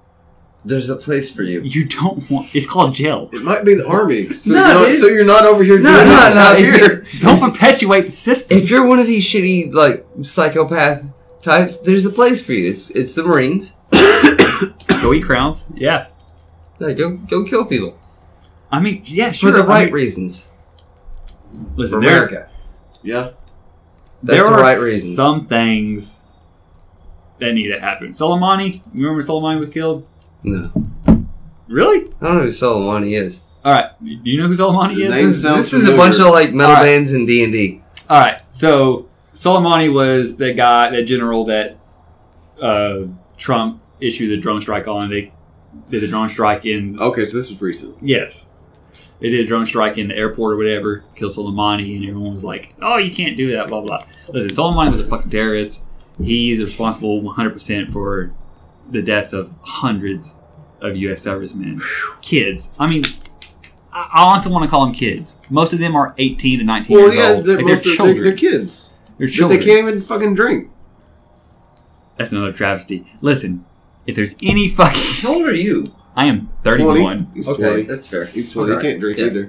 Speaker 2: there's a place for you
Speaker 5: you don't want. It's
Speaker 2: (laughs)
Speaker 5: called jail.
Speaker 3: it might be the army. So,
Speaker 2: No,
Speaker 3: you're, not,
Speaker 2: dude.
Speaker 3: so you're not over here
Speaker 2: No,
Speaker 3: doing
Speaker 2: no,
Speaker 3: it
Speaker 2: no,
Speaker 3: out
Speaker 2: if
Speaker 3: here.
Speaker 2: you're-
Speaker 5: Don't perpetuate the system.
Speaker 2: if you're one of these shitty like psychopath types, there's a place for you. It's it's the Marines.
Speaker 5: Go eat crowns. Yeah.
Speaker 2: Like, go go kill people
Speaker 5: I mean, yeah,
Speaker 2: for
Speaker 5: sure.
Speaker 2: the
Speaker 5: I
Speaker 2: right
Speaker 5: mean,
Speaker 2: reasons for
Speaker 5: listen, there's,
Speaker 2: America.
Speaker 3: Yeah.
Speaker 2: That's
Speaker 5: there
Speaker 2: the
Speaker 5: are
Speaker 2: right reasons.
Speaker 5: some things that need to happen. Soleimani, you remember Soleimani was killed?
Speaker 2: No,
Speaker 5: Really?
Speaker 2: I don't know who Soleimani is.
Speaker 5: All right. Do you know who Soleimani
Speaker 3: The name-
Speaker 5: is?
Speaker 2: This is,
Speaker 3: sounds
Speaker 2: this is a bunch of
Speaker 3: familiar.
Speaker 2: like metal
Speaker 5: Alright.
Speaker 2: bands in D and D.
Speaker 5: All right. So Soleimani was the guy, the general that uh, Trump issued the drone strike on. They did a drone strike in.
Speaker 3: Okay, so this was recent.
Speaker 5: Yes. They did a drone strike in the airport or whatever, killed Soleimani, and everyone was like, oh, you can't do that, blah, blah. Listen, Soleimani was a fucking terrorist. He's responsible 100% for the deaths of hundreds of U.S. servicemen. Kids. I mean, I I honestly want to call them kids. Most of them are 18 to 19
Speaker 3: Well,
Speaker 5: years
Speaker 3: yeah,
Speaker 5: old.
Speaker 3: they're,
Speaker 5: Like,
Speaker 3: most
Speaker 5: they're
Speaker 3: of- they're,
Speaker 5: children.
Speaker 3: they're kids.
Speaker 5: They're
Speaker 3: That
Speaker 5: children.
Speaker 3: They can't even fucking drink.
Speaker 5: That's another travesty. Listen, if there's any fucking.
Speaker 2: How old are you?
Speaker 5: I am
Speaker 3: 20.
Speaker 5: 31.
Speaker 3: He's
Speaker 2: Okay,
Speaker 3: 20.
Speaker 2: that's fair.
Speaker 3: He's 20.
Speaker 2: Alright,
Speaker 3: He can't drink
Speaker 2: yeah.
Speaker 3: either.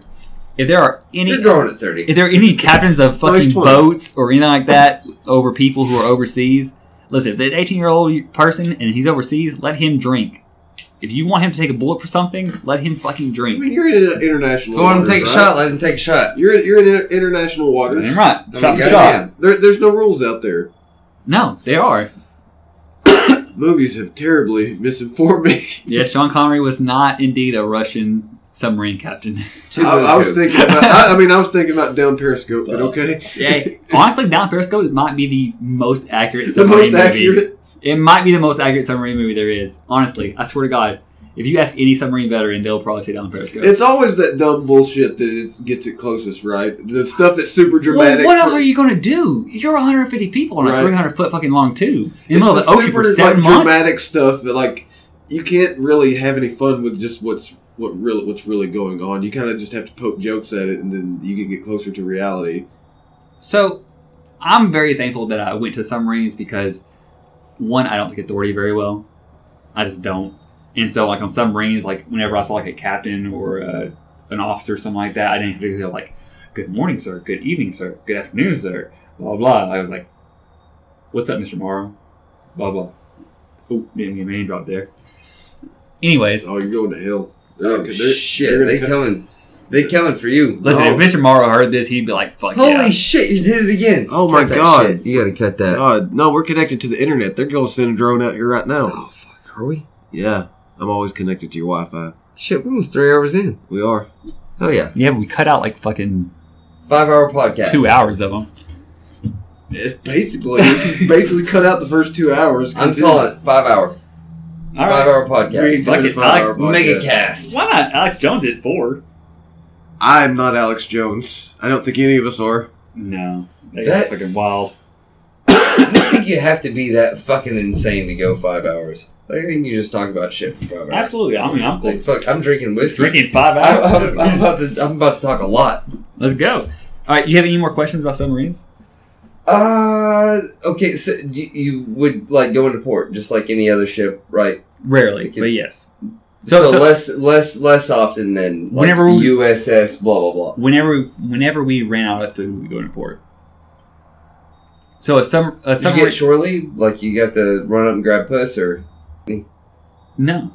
Speaker 5: If there are any.
Speaker 2: You're growing at thirty.
Speaker 5: if there are any captains of
Speaker 3: No, he's
Speaker 5: fucking
Speaker 3: 20.
Speaker 5: boats or anything like that over people who are overseas, listen, if there's an 18 year old person and he's overseas, let him drink. If you want him to take a bullet for something, let him fucking
Speaker 3: I
Speaker 5: drink.
Speaker 3: mean, you're in an
Speaker 2: If
Speaker 3: international.
Speaker 2: I want
Speaker 3: waters,
Speaker 2: to take a
Speaker 3: right?
Speaker 2: shot, let him take a shot.
Speaker 3: You're in, you're in inter- international waters.
Speaker 5: Damn right.
Speaker 2: I
Speaker 5: Shot
Speaker 2: mean,
Speaker 5: for shot.
Speaker 2: goddamn.
Speaker 3: There, there's no rules out there.
Speaker 5: No, they are.
Speaker 3: Movies have terribly misinformed
Speaker 5: (laughs)
Speaker 3: me.
Speaker 5: Yes, Sean Connery was not indeed a Russian submarine captain.
Speaker 2: Two
Speaker 3: I, I was
Speaker 2: Goku.
Speaker 3: thinking about. I, I mean, I was thinking about down periscope, but okay,
Speaker 5: yeah. (laughs) Honestly, Down Periscope might be the most
Speaker 3: (laughs)
Speaker 5: accurate
Speaker 3: the most
Speaker 5: submarine movie.
Speaker 3: accurate.
Speaker 5: It might be the most accurate submarine movie there is. Honestly, I swear to God. If you ask any submarine veteran, they'll probably say Down Periscope.
Speaker 3: It's always that dumb bullshit that is, gets it closest, right? The stuff that's super dramatic.
Speaker 5: Well, what else are you going to do? You're 150 people on
Speaker 3: Right.
Speaker 5: a 300 foot fucking long tube in the
Speaker 3: It's
Speaker 5: middle
Speaker 3: the
Speaker 5: of the ocean
Speaker 3: super
Speaker 5: for seven
Speaker 3: like,
Speaker 5: months.
Speaker 3: dramatic stuff that like you can't really have any fun with just what's what really what's really going on. You kind of just have to poke jokes at it, and then you can get closer to reality.
Speaker 5: So, I'm very thankful that I went to submarines because one, I don't take authority very well. I just don't. And so, like on submarines, like whenever I saw like a captain or a, an officer or something like that, I didn't have to go like, "Good morning, sir. Good evening, sir. Good afternoon, sir." Blah blah. I was like, "What's up, Mister Morrow?" Blah blah. Oh, didn't get a name drop there. Anyways,
Speaker 3: Oh, you're going to hell. They're
Speaker 2: Oh
Speaker 3: not- they're-
Speaker 2: shit!
Speaker 3: they're gonna
Speaker 2: they
Speaker 3: cut-
Speaker 2: coming. They coming for you.
Speaker 5: Listen,
Speaker 2: Oh.
Speaker 5: if Mr. Morrow heard this, he'd be like, "Fuck
Speaker 2: Holy
Speaker 5: yeah!"
Speaker 2: shit! You did it again.
Speaker 3: Oh
Speaker 2: Cut
Speaker 3: my
Speaker 2: that
Speaker 3: God.
Speaker 2: shit. You gotta cut that.
Speaker 3: God, Uh, no, we're connected to the internet. They're going to send a drone out here right now.
Speaker 2: Oh fuck! Are we?
Speaker 3: Yeah, I'm always connected to your Wi-Fi.
Speaker 2: Shit! We're almost three hours in.
Speaker 3: We are.
Speaker 2: Oh yeah,
Speaker 5: yeah, but we cut out like fucking
Speaker 2: five hour podcast.
Speaker 5: two hours of them.
Speaker 3: It's basically, we can (laughs) basically cut out the first two hours.
Speaker 2: I'm calling it five hour.
Speaker 5: All
Speaker 2: Five hour podcast.
Speaker 5: Fuck it, I-
Speaker 2: Mega cast.
Speaker 5: Why not? Alex Jones did four.
Speaker 3: I'm not Alex Jones. I don't think any of us are.
Speaker 5: No, that,
Speaker 2: That-
Speaker 5: guy's fucking wild.
Speaker 2: I think you have to be that fucking insane to go five hours. I think you just talk about shit for five hours.
Speaker 5: Absolutely. I mean, I'm cool.
Speaker 2: Like, fuck, I'm drinking whiskey.
Speaker 5: Drinking
Speaker 2: (laughs)
Speaker 5: five
Speaker 2: I'm,
Speaker 5: hours.
Speaker 2: I'm- I'm about to. I'm about to talk a lot.
Speaker 5: Let's go. All right. You have any more questions about submarines?
Speaker 2: Uh, okay. So you, you would like go into port just like any other ship, right?
Speaker 5: Rarely,
Speaker 2: We can-
Speaker 5: but yes.
Speaker 2: So,
Speaker 5: So, so
Speaker 2: less, less, less often than like
Speaker 5: Whenever we-
Speaker 2: USS blah blah blah.
Speaker 5: whenever whenever we ran out of food, we go to port. So a sum
Speaker 2: Did
Speaker 5: a
Speaker 2: you
Speaker 5: submarine.
Speaker 2: get shore leave? Like you got to run up and grab puss, or
Speaker 5: no,